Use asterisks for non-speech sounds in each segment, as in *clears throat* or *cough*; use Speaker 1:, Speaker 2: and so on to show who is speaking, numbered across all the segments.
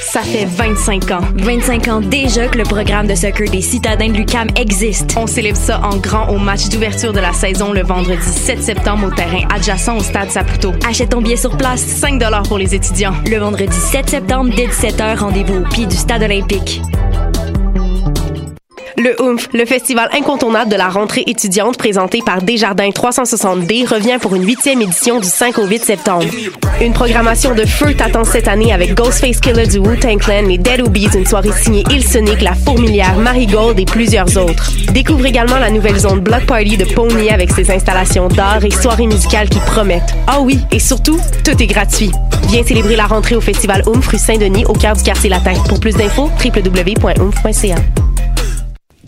Speaker 1: Ça fait 25 ans.
Speaker 2: 25 ans déjà que le programme de soccer des citadins de l'UCAM existe.
Speaker 1: On célèbre ça en grand au match d'ouverture de la saison le vendredi 7 septembre au terrain adjacent au stade Saputo.
Speaker 2: Achète ton billet sur place.
Speaker 1: 5 pour les étudiants.
Speaker 2: Le vendredi 7 septembre dès 17h, rendez-vous au pied du stade olympique.
Speaker 1: Le OOMF, le festival incontournable de la rentrée étudiante présenté par Desjardins 360D, revient pour une huitième édition du 5 au 8 septembre. Une programmation de feu t'attend cette année avec Ghostface Killer du Wu-Tang Clan, les Dead Obies, une soirée signée Il Sonic, La Fourmilière, Marigold et plusieurs autres. Découvre également la nouvelle zone Block Party de Pony avec ses installations d'art et soirées musicales qui promettent. Ah oui, et surtout, tout est gratuit. Viens célébrer la rentrée au festival OOMF rue Saint-Denis au cœur du quartier latin. Pour plus d'infos, www.oomph.ca.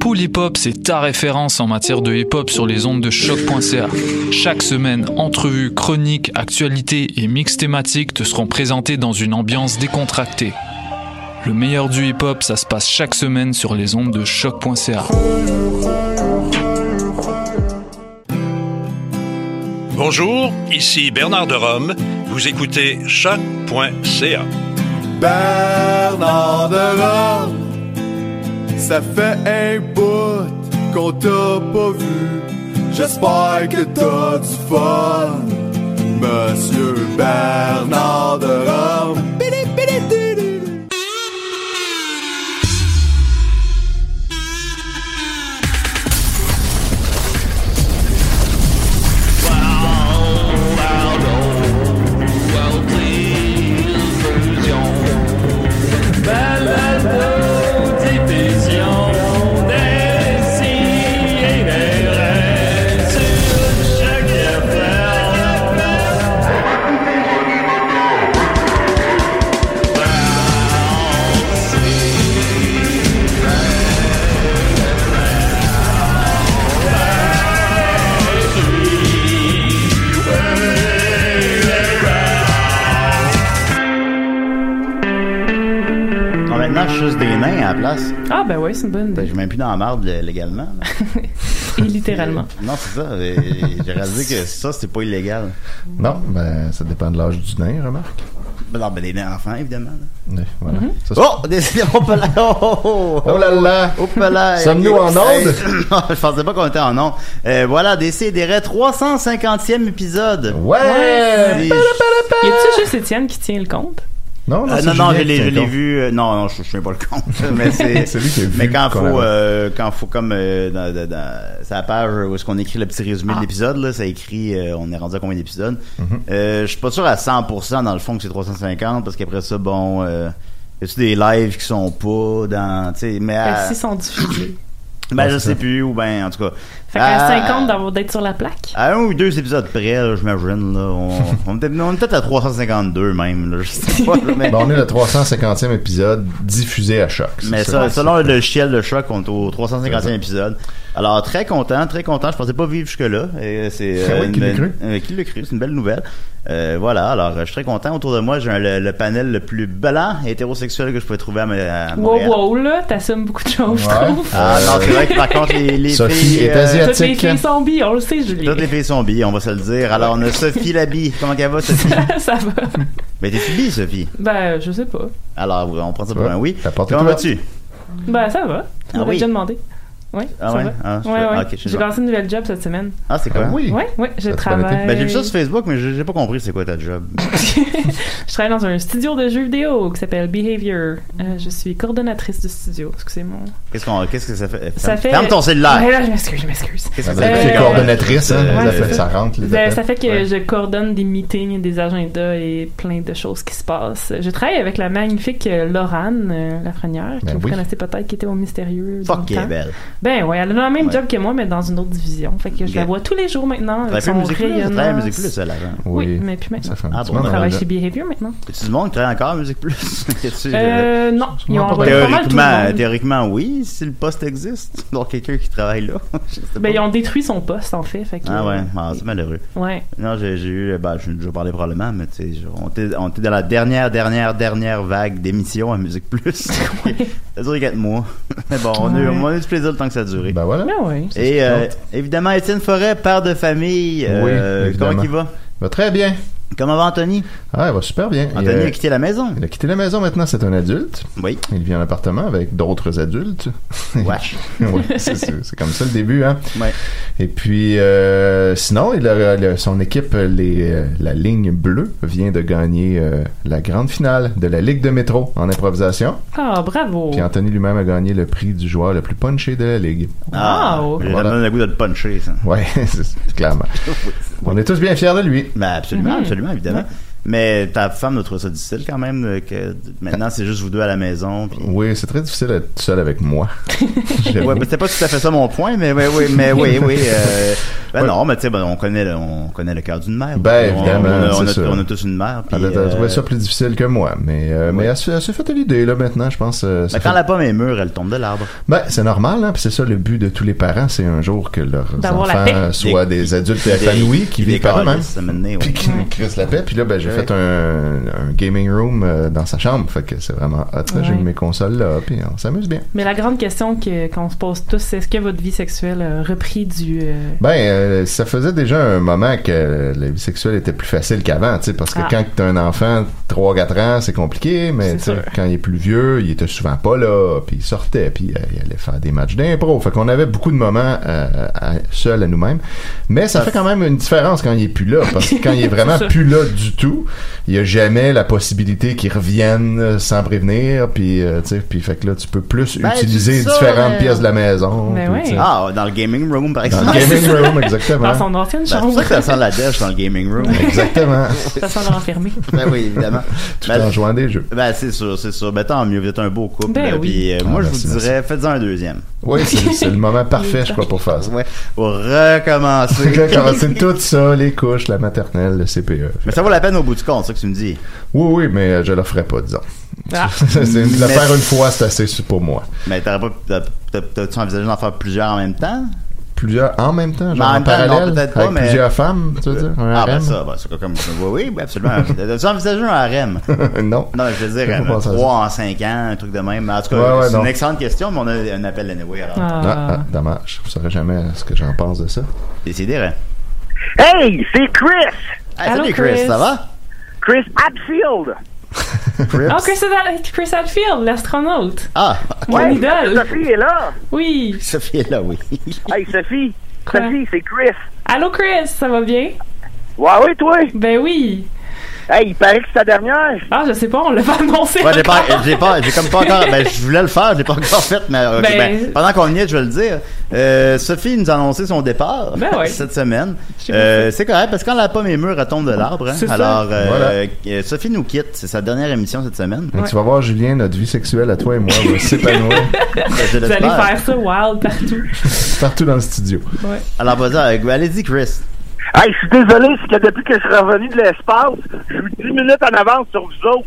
Speaker 3: Pool Hip Hop, c'est ta référence en matière de hip hop sur les ondes de choc.ca. Chaque semaine, entrevues, chroniques, actualités et mix thématiques te seront présentés dans une ambiance décontractée. Le meilleur du hip hop, ça se passe chaque semaine sur les ondes de choc.ca.
Speaker 4: Bonjour, ici Bernard de Rome. Vous écoutez choc.ca.
Speaker 5: Bernard de Rome. Ça fait un bout qu'on t'a pas vu. J'espère que t'as du fun, Monsieur Bernard de Rome.
Speaker 6: Non, maintenant, je suis juste des nains à la place.
Speaker 7: Ah, ben oui, c'est une bonne
Speaker 6: Je
Speaker 7: idée.
Speaker 6: suis même plus dans la marde euh, légalement. là.
Speaker 7: Et littéralement.
Speaker 6: Non, c'est ça.
Speaker 5: *laughs*
Speaker 6: euh, J'ai réalisé que ça, c'est pas illégal.
Speaker 8: Non, ben, ça dépend de l'âge du nain, remarque.
Speaker 6: Ben, non, ben, les nains enfants, évidemment. là.
Speaker 8: Oui, voilà. Ça, c'est-
Speaker 6: Oh, *laughs* décidément, hop là, oh, oh, oh,
Speaker 8: Oh là là.
Speaker 6: hop
Speaker 8: *laughs*
Speaker 6: là.
Speaker 8: Sommes-nous en
Speaker 6: Hey,
Speaker 8: onde?
Speaker 6: *laughs* Non, je pensais pas qu'on était en onde. Euh, voilà, Décidérez, 350e épisode.
Speaker 8: Ouais!
Speaker 6: Si-
Speaker 7: Y a-tu juste Étienne qui tient le compte?
Speaker 8: Non, non,
Speaker 6: Euh,
Speaker 8: c'est
Speaker 6: non,
Speaker 8: Julien
Speaker 6: non, je
Speaker 8: qui
Speaker 6: l'ai,
Speaker 8: tient
Speaker 6: je l'ai
Speaker 8: compte.
Speaker 6: vu. euh, non, non, je, je fais pas le compte. Mais *laughs* c'est,
Speaker 8: C'est lui qui a vu
Speaker 6: Mais quand
Speaker 8: qu'on
Speaker 6: faut,
Speaker 8: l'avait.
Speaker 6: euh, quand faut comme euh, dans, dans, dans sa page où est-ce qu'on écrit le petit résumé
Speaker 7: Ah.
Speaker 6: de l'épisode, là, ça écrit, euh, on est rendu à combien d'épisodes.
Speaker 8: Mm-hmm.
Speaker 6: euh, je suis pas sûr à 100% dans le fond que c'est 350 parce qu'après ça, bon, euh, y a-tu des lives qui sont pas dans, tu sais, mais
Speaker 7: Ben,
Speaker 6: à-
Speaker 7: s'ils sont diffusés.
Speaker 6: *coughs* ben, je
Speaker 8: c'est
Speaker 6: sais
Speaker 8: ça.
Speaker 6: plus ou ben en tout cas.
Speaker 7: Fait qu'à
Speaker 6: à-
Speaker 7: 50 d'avoir d'être sur la plaque.
Speaker 6: À un ou deux épisodes près, là, j'imagine, là, on, on, est peut-être- on est peut-être à 352 même, là, je sais pas, là, mais-
Speaker 8: Ben, on est le 350e épisode diffusé à choc. c'est
Speaker 6: Mais ça, selon le ciel de choc, on est au 350e épisode. Alors, très content, très content. Je pensais pas vivre jusque-là. Et
Speaker 8: *laughs*
Speaker 6: euh, c'est,
Speaker 8: Ah oui, qui l'a
Speaker 6: une-
Speaker 8: cru?
Speaker 6: euh, qui l'a cru? C'est une belle nouvelle. Euh, voilà, alors euh, je suis très content. Autour de moi, j'ai un- le, le panel le plus blanc hétérosexuel que je pouvais trouver à, ma- à
Speaker 7: Wow,
Speaker 6: Montréal.
Speaker 7: wow, là, t'assumes beaucoup de choses, je
Speaker 8: Ouais.
Speaker 7: trouve.
Speaker 6: Ah non, c'est vrai que par contre, les, les
Speaker 8: Euh, Sophie
Speaker 6: filles...
Speaker 8: est
Speaker 6: euh,
Speaker 8: asiatique.
Speaker 7: Toutes les
Speaker 8: Étienne.
Speaker 7: filles sont bi, on le sait, Julie.
Speaker 6: toutes les filles sont bi, on va se le dire. Alors, on a Sophie Labi. Comment qu'elle va, Sophie?
Speaker 7: *laughs* ça va.
Speaker 6: Mais t'es bi, Sophie.
Speaker 7: Ben, je sais pas.
Speaker 6: Alors, on prend ça pour
Speaker 8: Ouais.
Speaker 6: un oui.
Speaker 8: T'as porté
Speaker 6: Comment
Speaker 8: toi?
Speaker 6: vas-tu?
Speaker 7: Ben, ça va. On
Speaker 6: Ah
Speaker 7: m'a
Speaker 6: oui.
Speaker 7: déjà demandé. Oui,
Speaker 6: Ah
Speaker 7: ça
Speaker 6: ouais?
Speaker 7: va.
Speaker 6: Ah, je-
Speaker 7: Ouais, ouais.
Speaker 6: ah, ok, je sais
Speaker 7: J'ai
Speaker 6: pas.
Speaker 7: commencé une nouvelle job cette semaine.
Speaker 6: Ah, c'est quoi?
Speaker 8: Ah oui.
Speaker 7: Oui, oui, je
Speaker 8: Ça te paraît
Speaker 7: travaille.
Speaker 6: Ben, j'ai vu ça sur Facebook, mais j'ai j'ai pas compris c'est quoi ta job.
Speaker 7: Je travaille dans un studio de jeux vidéo qui s'appelle Behavior. Euh, je suis coordonnatrice du studio. Excusez-moi.
Speaker 6: Qu'est-ce qu'on- qu'est-ce que ça fait?
Speaker 7: Ça
Speaker 6: Ferme-
Speaker 7: fait...
Speaker 6: Ferme ton cellulaire!
Speaker 7: Ouais, là, je m'excuse, je m'excuse.
Speaker 6: Qu'est-ce
Speaker 8: C'est
Speaker 6: que ça fait?
Speaker 7: Euh,
Speaker 8: coordonnatrice, hein,
Speaker 6: Euh,
Speaker 8: les
Speaker 7: ouais,
Speaker 8: appels,
Speaker 7: c'est
Speaker 8: ça rentre. les
Speaker 7: Ben,
Speaker 8: appels.
Speaker 7: ça fait que
Speaker 8: Ouais.
Speaker 7: je coordonne des meetings, des agendas et plein de choses qui se passent. Je travaille avec la magnifique euh, Lorane euh, Lafrenière, que
Speaker 8: Ben
Speaker 7: vous
Speaker 8: oui.
Speaker 7: connaissez peut-être, qui était au Mystérieux.
Speaker 6: Fuck, elle est
Speaker 7: longtemps.
Speaker 6: belle.
Speaker 7: Ben ouais, elle a le même
Speaker 6: Ouais.
Speaker 7: job que moi, mais dans une autre division. Fait que je la
Speaker 6: Ok.
Speaker 7: vois tous les jours maintenant.
Speaker 6: T'as
Speaker 7: Avec
Speaker 6: fait
Speaker 7: son
Speaker 6: Musique Plus? T'as travaillé à
Speaker 7: rayonnement.
Speaker 6: Musique Plus, elle, avant.
Speaker 7: Oui, mais puis maintenant.
Speaker 8: Ça fait un
Speaker 6: Ah
Speaker 8: petit
Speaker 7: Je
Speaker 6: bon,
Speaker 8: moment.
Speaker 7: travaille
Speaker 8: là.
Speaker 7: chez Behavior maintenant.
Speaker 6: Y'a-tu du monde qui travaille encore à Musique Plus? *laughs* Qu'est-ce que tu-
Speaker 7: Euh, non, ils ont
Speaker 8: pas
Speaker 7: envoyé pas mal tout
Speaker 6: Théoriquement,
Speaker 7: le monde.
Speaker 6: théoriquement, oui, si le poste existe. *laughs* Donc, quelqu'un qui
Speaker 8: *laughs*
Speaker 6: travaille là. Je sais
Speaker 7: Ben,
Speaker 6: pas.
Speaker 7: ils ont détruit son poste, en fait. fait que,
Speaker 6: Ah ouais, ah, c'est malheureux.
Speaker 7: Ouais.
Speaker 6: Non, j'ai j'ai eu, ben, je vais déjà parlé probablement, mais tu sais, je- on était on était dans la dernière, dernière, dernière vague d'émissions à Musique
Speaker 7: *laughs*
Speaker 6: Plus. ça a duré 4 mois. *laughs* Mais bon, on, a eu,
Speaker 7: Ouais.
Speaker 6: on a eu du plaisir le temps que ça a duré.
Speaker 8: Ben voilà.
Speaker 7: Ben ouais.
Speaker 6: Et euh, évidemment, Étienne Forêt, père de famille. euh,
Speaker 8: Oui, évidemment.
Speaker 6: comment il va?
Speaker 8: Va très bien.
Speaker 6: Comment va Anthony?
Speaker 8: Ah, elle va super bien. Et,
Speaker 6: Anthony
Speaker 8: euh,
Speaker 6: a quitté la maison.
Speaker 8: il a quitté la maison maintenant, c'est un adulte.
Speaker 6: Oui.
Speaker 8: Il vit en appartement avec d'autres adultes.
Speaker 6: *laughs* Wesh.
Speaker 8: *laughs* Ouais, c'est- c'est c'est comme ça le début, hein.
Speaker 6: Ouais.
Speaker 8: Et puis, euh, sinon, il a- il a- son équipe, les, euh, la ligne bleue, vient de gagner euh, la grande finale de la Ligue de métro en improvisation.
Speaker 7: Ah, bravo.
Speaker 8: Puis Anthony lui-même a gagné le prix du joueur le plus punché de la Ligue.
Speaker 7: Wow.
Speaker 6: J'ai
Speaker 8: Voilà.
Speaker 6: vraiment Oh, le goût de le puncher, ça.
Speaker 8: Ouais, *laughs* c'est- c'est
Speaker 6: *laughs*
Speaker 8: clairement. On est tous bien fiers de lui.
Speaker 6: Ben absolument, absolument, évidemment. Mais ta femme a trouvé ça difficile quand même, euh, que d- maintenant c'est juste vous deux à la maison. Puis...
Speaker 8: Oui, c'est très difficile d'être tout seul avec
Speaker 6: *laughs*
Speaker 8: moi. J'avoue.
Speaker 6: Ouais, mais c'était pas tout à fait ça mon point, mais oui, oui, mais oui, oui. euh, ben
Speaker 8: Ouais.
Speaker 6: non, mais tu sais, ben, on connaît le, on connaît le cœur d'une mère.
Speaker 8: Ben,
Speaker 6: On-
Speaker 8: évidemment,
Speaker 6: on, a- on,
Speaker 8: c'est
Speaker 6: a,
Speaker 8: sûr.
Speaker 6: on a tous une mère. Puis,
Speaker 8: Elle a elle a trouvé ça
Speaker 6: euh,
Speaker 8: plus difficile que moi, mais, euh, mais
Speaker 6: Ouais.
Speaker 8: elle, se- elle s'est faite à l'idée, là, maintenant, je pense. euh, ça
Speaker 6: ben, quand
Speaker 8: fait-
Speaker 6: la pomme est mûre, elle tombe de l'arbre.
Speaker 8: Ben, c'est normal, hein, puis c'est ça le but de tous les parents, c'est un jour que leurs
Speaker 7: D'avoir la
Speaker 8: enfants
Speaker 7: paix.
Speaker 8: soient des, adultes épanouis qui
Speaker 6: des
Speaker 8: vivent par
Speaker 6: câlisses,
Speaker 8: eux-mêmes.
Speaker 6: ça m'a donné, ouais.
Speaker 8: Puis qui nous crissent la paix. Puis là, ben, j'ai
Speaker 6: Ouais.
Speaker 8: fait un, un gaming room euh, dans sa chambre. Fait que c'est vraiment hot. là. J'ai
Speaker 7: Ouais.
Speaker 8: mis mes consoles là, puis on s'amuse bien.
Speaker 7: Mais la grande question que- qu'on se pose tous, c'est est-ce que votre vie sexuelle a repris du. euh,
Speaker 8: Ben, euh, ça faisait déjà un moment que euh, la vie sexuelle était plus facile qu'avant, tu sais, parce que
Speaker 7: Ah.
Speaker 8: quand t'as un enfant de 3-4 ans, c'est compliqué, mais
Speaker 7: C'est
Speaker 8: tu sais,
Speaker 7: sûr.
Speaker 8: quand il est plus vieux, il était souvent pas là, puis il sortait, puis euh, il allait faire des matchs d'impro. Fait qu'on avait beaucoup de moments euh, à- seuls à nous-mêmes, mais ça fait quand même une différence quand il est plus là, parce que quand il est vraiment
Speaker 7: C'est ça.
Speaker 8: plus là du tout, il y a jamais la possibilité qu'il revienne euh, sans prévenir, puis euh, tu sais, puis fait que là, tu peux plus
Speaker 6: Ben, tu
Speaker 8: utiliser
Speaker 6: dis ça,
Speaker 8: différentes
Speaker 6: mais-
Speaker 8: pièces de la maison.
Speaker 7: euh, Ben
Speaker 8: puis,
Speaker 7: ouais.
Speaker 8: tu sais.
Speaker 6: Ah, dans le gaming room, par
Speaker 8: Dans
Speaker 6: exemple.
Speaker 8: le gaming room, exactement.
Speaker 7: Dans son ancienne
Speaker 6: Ben, c'est pour
Speaker 7: chambre.
Speaker 6: ça que ça sent la dèche dans le
Speaker 8: *laughs*
Speaker 6: gaming room.
Speaker 8: Exactement.
Speaker 7: Ça sent l'enfermé.
Speaker 6: ben oui, évidemment.
Speaker 8: Tout
Speaker 6: Ben,
Speaker 8: en jouant à des jeux.
Speaker 6: Ben, c'est sûr, c'est sûr. Ben, tant mieux, vous êtes un beau couple.
Speaker 7: Ben
Speaker 6: là,
Speaker 7: oui.
Speaker 6: Puis, euh,
Speaker 8: Ah,
Speaker 6: moi, je
Speaker 8: merci,
Speaker 6: vous dirais, faites-en un deuxième.
Speaker 8: Oui,
Speaker 7: *laughs*
Speaker 8: c'est c'est le moment parfait, je crois, pour faire ça.
Speaker 6: Ouais. Pour *laughs* recommencer.
Speaker 8: Là, quand
Speaker 7: *laughs*
Speaker 8: c'est tout ça, les couches, la maternelle, le CPE.
Speaker 6: Mais ça vaut la peine au bout du compte, c'est ça que tu me dis.
Speaker 8: Oui, oui, mais euh, je le ferai pas, disons.
Speaker 7: Ah.
Speaker 8: *laughs* c'est de la
Speaker 6: Mais-
Speaker 8: faire une fois, c'est assez su- pour moi.
Speaker 6: Mais t'aurais pas, t'as- t'as- t'as-tu envisagé d'en faire plusieurs en même temps?
Speaker 8: Plusieurs en même temps,
Speaker 6: Mais en
Speaker 8: genre en,
Speaker 6: même temps, non,
Speaker 8: parallèle,
Speaker 6: peut-être pas,
Speaker 8: avec
Speaker 6: mais-
Speaker 8: plusieurs femmes, tu veux dire, un
Speaker 6: ah, ben
Speaker 8: harem?
Speaker 6: ça, ben, c'est comme, oui, oui,
Speaker 8: *laughs*
Speaker 6: ben, absolument. T'as-tu envisagé un harem?
Speaker 8: non.
Speaker 6: Non, mais je veux dire,
Speaker 8: Faut pas
Speaker 6: euh,
Speaker 8: penser à ça.
Speaker 6: trois en cinq ans, un truc de même. Mais En tout cas,
Speaker 8: Ouais, ouais,
Speaker 6: c'est
Speaker 8: non.
Speaker 6: une excellente question, mais on a un appel anyway, alors.
Speaker 7: Ah.
Speaker 8: Ah, ah, dommage. Je ne saurais jamais ce que j'en pense de ça.
Speaker 6: Décidez, hein.
Speaker 9: Hey, c'est Chris!
Speaker 6: Hey,
Speaker 7: Allô,
Speaker 6: salut Chris,
Speaker 7: Chris.
Speaker 6: ça va?
Speaker 9: Chris Hadfield!
Speaker 7: Oh, Chris, Ad- Chris Hadfield, l'astronaute.
Speaker 6: Ah, *laughs*
Speaker 7: Mon idole.
Speaker 9: Sophie est là!
Speaker 7: Oui.
Speaker 6: Sophie est
Speaker 8: *laughs*
Speaker 6: là, oui.
Speaker 9: Hey, Sophie!
Speaker 7: Quoi?
Speaker 9: Sophie, c'est Chris!
Speaker 7: Allô, Chris, ça va bien?
Speaker 9: Ouais, oui, toi!
Speaker 7: Ben oui.
Speaker 9: Hey, il paraît que c'est ta dernière!
Speaker 7: Ah, je sais pas, on l'a *laughs* pas annoncé.
Speaker 6: Ouais, j'ai
Speaker 7: encore.
Speaker 6: pas, j'ai pas, j'ai comme pas encore. Ben, je voulais le faire, j'ai pas encore fait, mais ok,
Speaker 7: Ben-
Speaker 6: ben, pendant qu'on y est, je vais le dire. Euh, Sophie nous a annoncé son départ
Speaker 7: Ben ouais.
Speaker 6: cette semaine.
Speaker 7: sais pas
Speaker 6: Euh, c'est correct parce que quand la pomme est mûre, elle tombe de l'arbre. hein.
Speaker 7: C'est ça.
Speaker 6: Alors, euh,
Speaker 8: Voilà.
Speaker 6: euh, Sophie nous quitte. C'est sa dernière émission cette semaine.
Speaker 8: Mais
Speaker 7: Ouais.
Speaker 8: Tu vas voir, Julien, notre vie sexuelle à toi et moi va s'épanouir
Speaker 6: Ben, je
Speaker 7: Vous allez
Speaker 6: l'espère.
Speaker 7: faire ça wild partout.
Speaker 8: partout dans le studio.
Speaker 6: Alors, vas-y, euh, allez-y, Chris.
Speaker 9: Hey, je suis désolé, c'est que depuis que je suis revenu de l'espace, je suis 10 minutes en avance sur vous autres!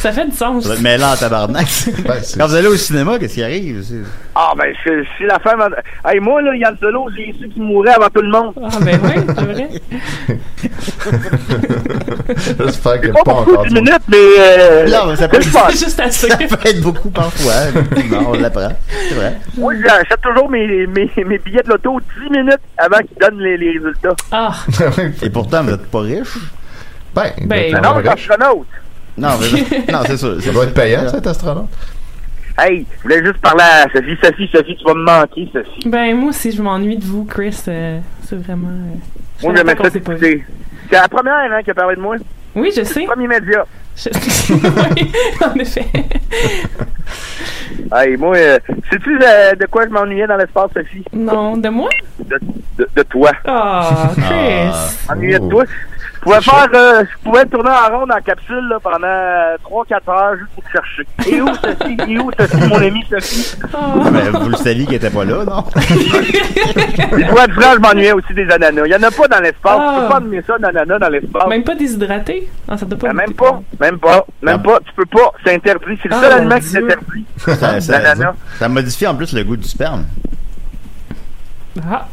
Speaker 7: Ça fait du sens.
Speaker 6: Ça va être mêlant en Ah, tabarnak.
Speaker 8: Ben, c'est-
Speaker 6: Quand vous allez au cinéma, qu'est-ce qui arrive? C'est-
Speaker 9: Ah, ben, c'est c'est la fin. avant- Hey, moi, là, Yann Solo, j'ai su qu'il mourait avant tout le monde!
Speaker 7: Ah, ben oui, c'est vrai.
Speaker 8: J'espère que
Speaker 9: Pas
Speaker 8: pas
Speaker 9: beaucoup,
Speaker 8: encore.
Speaker 9: 10 minutes, mais. Euh,
Speaker 6: Non, mais ça peut-
Speaker 9: je pense.
Speaker 7: Juste assez.
Speaker 6: Ça peut être beaucoup parfois.
Speaker 8: *laughs*
Speaker 6: Non, on l'apprend. C'est vrai.
Speaker 9: Moi, j'achète toujours mes, mes, mes billets de l'auto 10 minutes avant qu'ils donnent les, les résultats.
Speaker 7: Ah,
Speaker 6: Et pourtant, vous êtes pas riche.
Speaker 8: Ben, il doit
Speaker 7: Ben,
Speaker 8: être
Speaker 9: Non, je
Speaker 8: riche.
Speaker 9: suis astronaute!
Speaker 8: *laughs*
Speaker 6: Non, mais- non, c'est sûr.
Speaker 8: Ça doit être payant, cet astronaute.
Speaker 9: *laughs* Hey, je voulais juste parler à Sophie. Sophie, Sophie, tu vas me manquer, Sophie.
Speaker 7: Ben, moi aussi, je m'ennuie de vous, Chris. euh, c'est vraiment. euh, je
Speaker 9: Moi,
Speaker 7: savais
Speaker 9: j'aimais
Speaker 7: pas
Speaker 9: ça
Speaker 7: qu'on s'est pas
Speaker 9: t'écouter. C'est la première hein, qui a parlé de moi.
Speaker 7: Oui, je sais.
Speaker 9: Premier média.
Speaker 7: oui, *laughs* en effet.
Speaker 9: Hey, moi, euh, sais-tu euh, de quoi je m'ennuyais dans l'espace, Sophie?
Speaker 7: Non, de moi?
Speaker 9: De, de- de toi.
Speaker 7: Ah, Chris.
Speaker 9: Je m'ennuyais de toi. Je pouvais, faire, euh, je pouvais tourner en rond en capsule là, pendant euh, 3-4 heures juste pour te chercher. *laughs* Et où, Sophie? Et où, Sophie, mon ami Sophie?
Speaker 6: Ah, ben, vous le saviez qu'il était pas
Speaker 8: *laughs*
Speaker 6: là, non?
Speaker 9: Et toi, du vrai, je m'ennuyais aussi des ananas. Il n'y en a pas dans l'espace. Tu
Speaker 7: Ah.
Speaker 9: peux pas amener ça, d'ananas, dans l'espace. Ben,
Speaker 7: Même pas déshydraté? Non, ça doit pas.
Speaker 9: Même pas. Même pas.
Speaker 6: Ah.
Speaker 9: Même pas. Tu peux pas. C'est interdit. C'est le
Speaker 7: Ah,
Speaker 9: seul
Speaker 7: mon
Speaker 9: aliment qui est
Speaker 7: Dieu.
Speaker 9: interdit.
Speaker 6: Ben, ça, ça,
Speaker 9: L'ananas.
Speaker 6: ça modifie en plus le goût du sperme.
Speaker 7: Ah.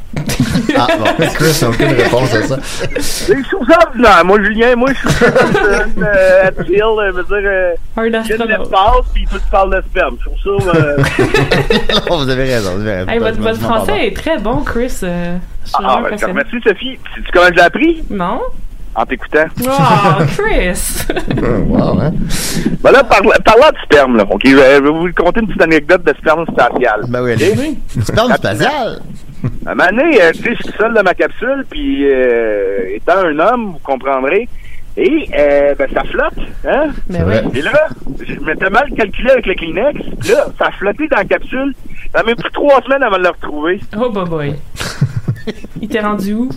Speaker 6: Ah, bon.
Speaker 8: Chris n'a aucune réponse à ça.
Speaker 9: Les choses ordinaires. Moi, Julien, moi, je suis une euh, chill, euh, veut dire, euh,
Speaker 7: Un
Speaker 9: il y a de l'espace, puis tout parle de sperme. Je trouve ça... euh,
Speaker 6: Non, vous avez raison, vous avez raison.
Speaker 7: Hey, votre, votre
Speaker 6: Pardon.
Speaker 7: français est très bon, Chris. euh, je suis
Speaker 9: Ah,
Speaker 7: vraiment
Speaker 9: ben, je te
Speaker 7: impressionnée.
Speaker 9: remercie, Sophie. Sais-tu comment je l'ai appris?
Speaker 7: Non?
Speaker 9: En t'écoutant.
Speaker 7: Oh, Chris!
Speaker 8: Wow, hein?
Speaker 9: Ben là, parla- parlant de sperme, là, *laughs* OK, je vais je vais vous conter une petite anecdote de sperme spatial.
Speaker 6: Ben oui,
Speaker 9: Ok?
Speaker 6: allez. Sperme spatial!
Speaker 9: À un moment donné, euh, tu sais, je suis seul dans ma capsule, puis euh, étant un homme, vous comprendrez, et euh, ben, ça flotte, hein?
Speaker 7: Mais ouais.
Speaker 9: Et là, je m'étais mal calculé avec le Kleenex. Là, ça a flotté dans la capsule. Ça m'a pris trois semaines avant de le retrouver.
Speaker 7: Oh, boy, boy. Il t'est rendu où?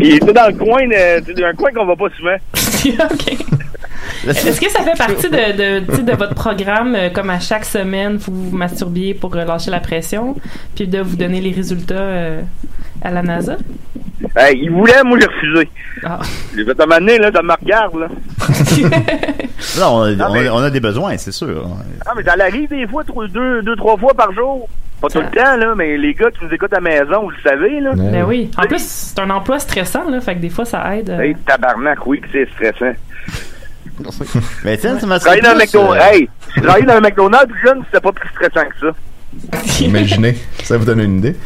Speaker 9: Il était dans le coin, euh, tu sais, un coin qu'on va pas souvent.
Speaker 7: ok.
Speaker 6: Là, c'est-
Speaker 7: Est-ce que ça fait
Speaker 9: *laughs*
Speaker 7: partie de, de, tu sais, de votre programme, euh, comme à chaque semaine, faut vous vous masturbiez pour euh, lâcher la pression, puis de vous donner les résultats euh, à la NASA?
Speaker 9: Ben Hey, il voulait, moi j'ai refusé.
Speaker 7: Ah.
Speaker 9: J'ai fait à un moment donné, là, ça me regarde,
Speaker 7: *laughs*
Speaker 9: là.
Speaker 6: Ah, Non, on, a-
Speaker 9: mais-
Speaker 6: on a- on a des besoins, c'est sûr.
Speaker 9: Ah, mais ça arrive des fois, trois- deux, deux, trois fois par jour. Pas tout
Speaker 7: Ah.
Speaker 9: le temps, là, mais les gars qui nous écoutent à la maison, vous le savez, là.
Speaker 7: Ben oui. En plus, c'est un emploi stressant, là, fait que des fois, ça aide. euh.
Speaker 9: Hey, tabarnak, oui, que c'est stressant.
Speaker 6: Mais tiens, tu m'as
Speaker 9: Travailler dans un McDonald's, hey, j'ai travaillé dans un McDonald's plus jeune, c'était pas plus stressant que ça.
Speaker 8: Imaginez, ça vous donne une idée.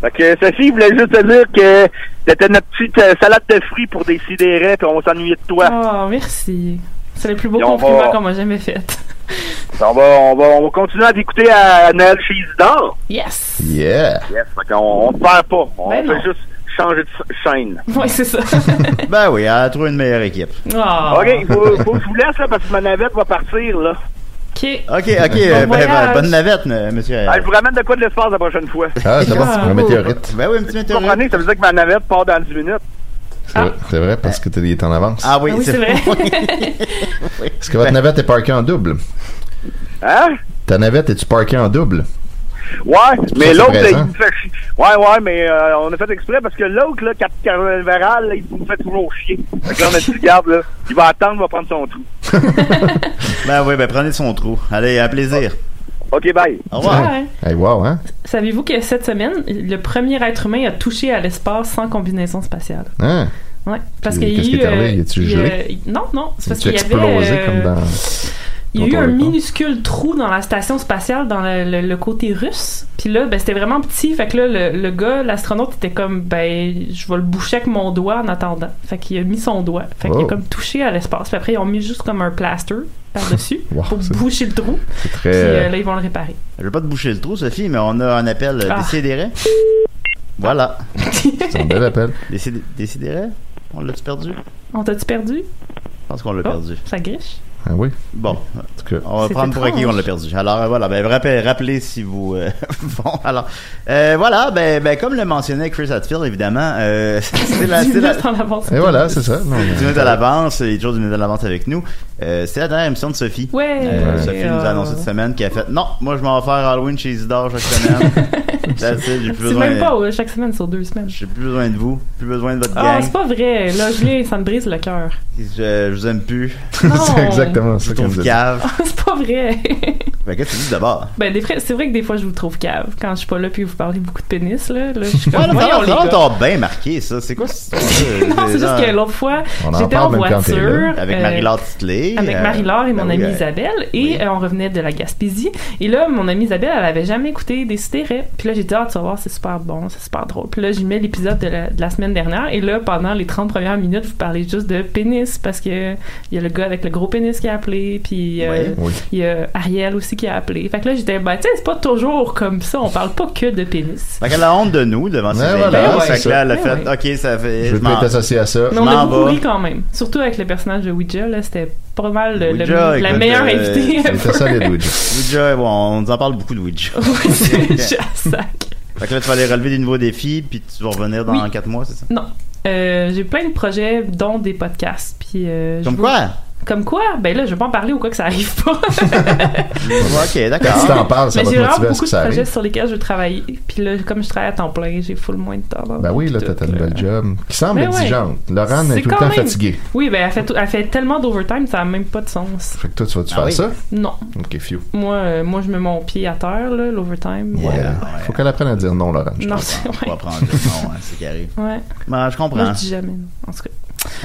Speaker 9: Fait que Sophie voulait juste te dire que c'était notre petite euh, salade de fruits pour des sidérés, puis on s'ennuyait de toi.
Speaker 7: Oh, merci. C'est le plus beau
Speaker 9: Et on
Speaker 7: compliment
Speaker 9: va-
Speaker 7: qu'on m'a jamais fait.
Speaker 9: On, va, on, va, on va continuer à t'écouter à Noël chez Isidore.
Speaker 7: Yes!
Speaker 8: Yeah!
Speaker 9: Yes, fait qu'on on te perd pas. On
Speaker 7: Ben
Speaker 9: peut
Speaker 7: non.
Speaker 9: juste changer de ch- chaîne.
Speaker 7: Ouais, c'est ça.
Speaker 6: *laughs* Ben oui, elle a trouvé une meilleure équipe.
Speaker 7: Oh.
Speaker 9: OK, faut, faut que je vous laisse, là, parce que ma navette va partir, là.
Speaker 7: OK.
Speaker 6: Ok, ok, ben, ben,
Speaker 7: voyage.
Speaker 6: bonne navette, euh, monsieur.
Speaker 9: Ah, je vous ramène de quoi de l'espace la prochaine fois.
Speaker 8: Ah, ça va,
Speaker 7: Ah,
Speaker 8: un météorite.
Speaker 6: Ben oui, un petit
Speaker 9: Vous
Speaker 6: interview.
Speaker 9: comprenez? Ça veut dire que ma navette part dans 10 minutes.
Speaker 8: C'est vrai- c'est vrai, parce que t'es- il est en avance.
Speaker 6: Ah oui,
Speaker 7: Ah oui, c'est vrai. *laughs*
Speaker 8: Est-ce
Speaker 6: Ben,
Speaker 8: que votre navette est parkée en double?
Speaker 9: Hein?
Speaker 8: Ta navette, es-tu parkée en double?
Speaker 9: Ouais, mais
Speaker 8: c'est
Speaker 9: l'autre,
Speaker 8: présent.
Speaker 9: il me fait chier. Ouais, ouais, mais euh, on a fait exprès parce que l'autre, là, Cap Carnaveral, là, il me fait toujours chier. Fait que là, on a dit, regarde, là, il va attendre, il va prendre son trou.
Speaker 6: Ben oui, ben prenez son trou. Allez, à plaisir.
Speaker 9: OK, bye.
Speaker 6: Au revoir.
Speaker 7: Ouais.
Speaker 8: Hey, wow, hein?
Speaker 7: Savez-vous que cette semaine, le premier être humain a touché à l'espace sans combinaison spatiale?
Speaker 8: Hein?
Speaker 7: Ouais, parce
Speaker 8: Puis
Speaker 7: qu'il
Speaker 8: qu'est-ce
Speaker 7: y
Speaker 8: qui est
Speaker 7: a eu.
Speaker 8: arrivé?
Speaker 7: euh,
Speaker 8: Y a-tu
Speaker 7: il y a-
Speaker 8: gelé?
Speaker 7: Non, non, c'est parce
Speaker 8: Tu
Speaker 7: qu'il y avait.
Speaker 8: explosé
Speaker 7: euh,
Speaker 8: comme dans.
Speaker 7: Il y a
Speaker 8: dans
Speaker 7: eu
Speaker 8: ton
Speaker 7: un
Speaker 8: record.
Speaker 7: minuscule trou dans la station spatiale, dans le, le- le côté russe. Puis là, ben, c'était vraiment petit. Fait que là, le, le gars, l'astronaute, était comme, ben, je vais le boucher avec mon doigt en attendant. Fait qu'il a mis son doigt. Fait qu'il
Speaker 8: Oh.
Speaker 7: a comme touché à l'espace. Puis après, ils ont mis juste comme un plaster par-dessus
Speaker 8: *laughs* Wow,
Speaker 7: pour
Speaker 8: c'est-
Speaker 7: boucher le trou.
Speaker 8: C'est
Speaker 7: Puis euh,
Speaker 8: très.
Speaker 7: là, ils vont le réparer.
Speaker 6: Je vais pas te boucher le trou, Sophie, mais on a un appel euh,
Speaker 7: Ah.
Speaker 6: décidéré. Voilà.
Speaker 8: C'est un bel appel.
Speaker 6: Décid- Décidéré? On l'a-tu perdu? Je
Speaker 7: On t'a-tu perdu?
Speaker 6: pense qu'on l'a
Speaker 7: Oh,
Speaker 6: perdu.
Speaker 7: ça griche?
Speaker 8: Ah oui,
Speaker 6: Bon,
Speaker 8: en tout cas.
Speaker 6: on va
Speaker 7: C'est
Speaker 6: prendre pour
Speaker 7: étrange.
Speaker 6: acquis qu'on l'a perdu. Alors euh, voilà, ben rappelez, rappelez si vous... euh, *laughs* bon, alors... euh, voilà, ben, ben comme le mentionnait Chris Hatfield, évidemment, euh, *laughs*
Speaker 7: *laughs*
Speaker 6: c'est la... c'est
Speaker 7: Tu
Speaker 6: la- Eh
Speaker 7: laisses en avance.
Speaker 8: Et voilà, c'est ça. Non,
Speaker 6: Du minutes à l'avance, il est toujours du minute à l'avance avec nous. Euh, c'est la dernière émission de Sophie.
Speaker 7: Ouais.
Speaker 6: Euh, Sophie nous a
Speaker 7: Euh,
Speaker 6: annoncé cette semaine qu'elle a fait Non, moi je m'en vais faire Halloween chez Isidore chaque semaine.
Speaker 7: *laughs*
Speaker 6: That's it, j'ai plus
Speaker 7: C'est
Speaker 6: besoin.
Speaker 7: même pas euh, chaque semaine sur deux semaines.
Speaker 6: J'ai plus besoin de vous, plus besoin de votre
Speaker 7: Ah,
Speaker 6: gang.
Speaker 7: c'est pas vrai. Là, Julien, ça me brise le cœur. *laughs*
Speaker 6: Je, je vous aime plus.
Speaker 7: Non.
Speaker 8: C'est exactement
Speaker 6: Je vous
Speaker 8: ça qu'on
Speaker 6: trouve
Speaker 7: *laughs*
Speaker 8: me dit.
Speaker 6: cave.
Speaker 7: c'est pas vrai.
Speaker 6: Ben, qu'est-ce que tu dis d'abord?
Speaker 7: Ben, des fois- c'est vrai que des fois, je vous trouve cave. Quand je suis pas là, puis vous parlez beaucoup de pénis, là, là,
Speaker 6: *laughs*
Speaker 7: je suis
Speaker 6: Ouais,
Speaker 7: comme...
Speaker 6: là,
Speaker 7: voyons,
Speaker 6: ça
Speaker 7: les
Speaker 6: va
Speaker 7: gars.
Speaker 6: t'avoir bien marqué, ça. C'est quoi ce
Speaker 7: *laughs* Non, c'est juste que l'autre fois, j'étais en voiture.
Speaker 6: Avec
Speaker 7: euh,
Speaker 6: Marie-Laure Titley.
Speaker 7: Avec
Speaker 6: euh,
Speaker 7: Marie-Laure et
Speaker 6: ben
Speaker 7: mon
Speaker 6: oui,
Speaker 7: amie
Speaker 6: euh,
Speaker 7: Isabelle. Et euh, on revenait de la Gaspésie. Et là, mon amie Isabelle, elle avait jamais écouté des sidérés. Puis là, j'ai dit, ah, tu vas voir, c'est super bon, c'est super drôle. Puis là, j'y mets l'épisode de la, de la semaine dernière. Et là, pendant les 30 premières minutes, vous parlez juste de pénis. Parce que il y a le gars avec le gros pénis qui a appelé. Puis euh,
Speaker 10: Oui.
Speaker 7: il y a Ariel aussi qui a appelé. Fait que là, j'étais, ben, tu sais, c'est pas toujours comme ça. On parle pas que de pénis.
Speaker 6: Fait ben, qu'elle a honte de nous devant ses
Speaker 8: Ouais,
Speaker 6: élèves.
Speaker 8: voilà,
Speaker 6: Fait
Speaker 8: c'est
Speaker 6: que là, elle a
Speaker 7: ça.
Speaker 6: fait, OK, ça fait.
Speaker 8: Je veux
Speaker 6: m'en-
Speaker 8: plus être associé à ça.
Speaker 7: Mais on a beaucoup ri quand même. Surtout avec le personnage de Ouija, là, c'était pas mal le- le-
Speaker 6: Ouija,
Speaker 7: la
Speaker 6: écoute,
Speaker 7: meilleure
Speaker 6: euh,
Speaker 7: invitée. *laughs* ever.
Speaker 6: Ouija, bon, on nous en parle beaucoup de Ouija.
Speaker 7: *laughs*
Speaker 6: *laughs* Fait que là, tu vas aller relever des nouveaux défis, puis tu vas revenir dans
Speaker 7: Oui.
Speaker 6: 4 mois, c'est ça?
Speaker 7: Non. Euh, j'ai plein de projets, dont des podcasts. Puis, euh, je
Speaker 6: Comme
Speaker 7: vous-
Speaker 6: quoi?
Speaker 7: Comme quoi? Ben là, je vais pas en parler ou quoi que ça arrive pas.
Speaker 6: *laughs* ok, d'accord.
Speaker 8: Si t'en parles, ça
Speaker 7: Mais
Speaker 8: va te
Speaker 7: j'ai vraiment
Speaker 8: motiver à ce
Speaker 7: beaucoup
Speaker 8: que
Speaker 7: de
Speaker 8: ça
Speaker 7: projets
Speaker 8: arrive.
Speaker 7: sur lesquels je veux travailler. Puis là, comme je travaille à temps plein, j'ai full moins de temps. dans
Speaker 8: Ben
Speaker 7: mon
Speaker 8: oui, là,
Speaker 7: tout.
Speaker 8: t'as ta nouvelle job qui semble
Speaker 7: Ben ouais.
Speaker 8: exigeante. Laurent est
Speaker 7: C'est
Speaker 8: tout le
Speaker 7: quand
Speaker 8: temps
Speaker 7: même-
Speaker 8: fatiguée.
Speaker 7: Oui, ben elle fait, tout- elle fait tellement d'overtime, ça a même pas de sens.
Speaker 8: Fait que toi, tu vas-tu faire ça?
Speaker 7: Non.
Speaker 8: Ok, few.
Speaker 7: Moi, euh, moi, je mets mon pied à terre, là, l'overtime.
Speaker 8: Ouais. Faut qu'elle apprenne à dire non, Laurent. je
Speaker 7: Non,
Speaker 8: pense.
Speaker 7: c'est ouais.
Speaker 6: apprendre le nom, hein, c'est qui arrive.
Speaker 7: Ouais.
Speaker 6: Ben, je comprends.
Speaker 7: Moi, je dis jamais non. En tout cas.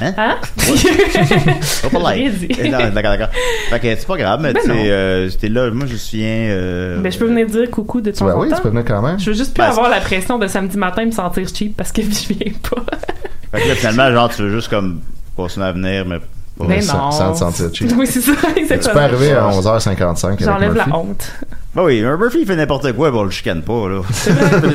Speaker 6: Hein?
Speaker 7: Hein? *laughs*
Speaker 6: Pas pour
Speaker 7: J'ai
Speaker 6: l'air.
Speaker 7: dit.
Speaker 6: Eh, non, D'accord, d'accord. Fait que c'est pas grave, mais
Speaker 7: Ben
Speaker 6: tu
Speaker 7: non.
Speaker 6: sais, euh, j'étais là, moi je me souviens.
Speaker 7: *laughs*
Speaker 6: euh,
Speaker 7: Ben, je peux venir dire coucou de temps
Speaker 6: Ben
Speaker 7: en
Speaker 6: oui,
Speaker 7: temps.
Speaker 6: tu peux venir quand même.
Speaker 7: Hein? Je veux juste plus
Speaker 6: Ben,
Speaker 7: avoir
Speaker 6: c'est-
Speaker 7: la pression de samedi matin me sentir cheap parce que *laughs* je viens pas.
Speaker 6: Fait que là, finalement, genre, tu veux juste comme continuer à venir, mais pas
Speaker 7: Ben non.
Speaker 8: sans te sentir cheap.
Speaker 7: Oui, c'est ça, *laughs*
Speaker 8: Tu
Speaker 7: exactement.
Speaker 8: peux arriver à 11h55.
Speaker 7: J'enlève la
Speaker 8: honte.
Speaker 7: honte. *laughs*
Speaker 6: Ben oui, un Murphy il fait n'importe quoi, bon, on le chicane pas, là.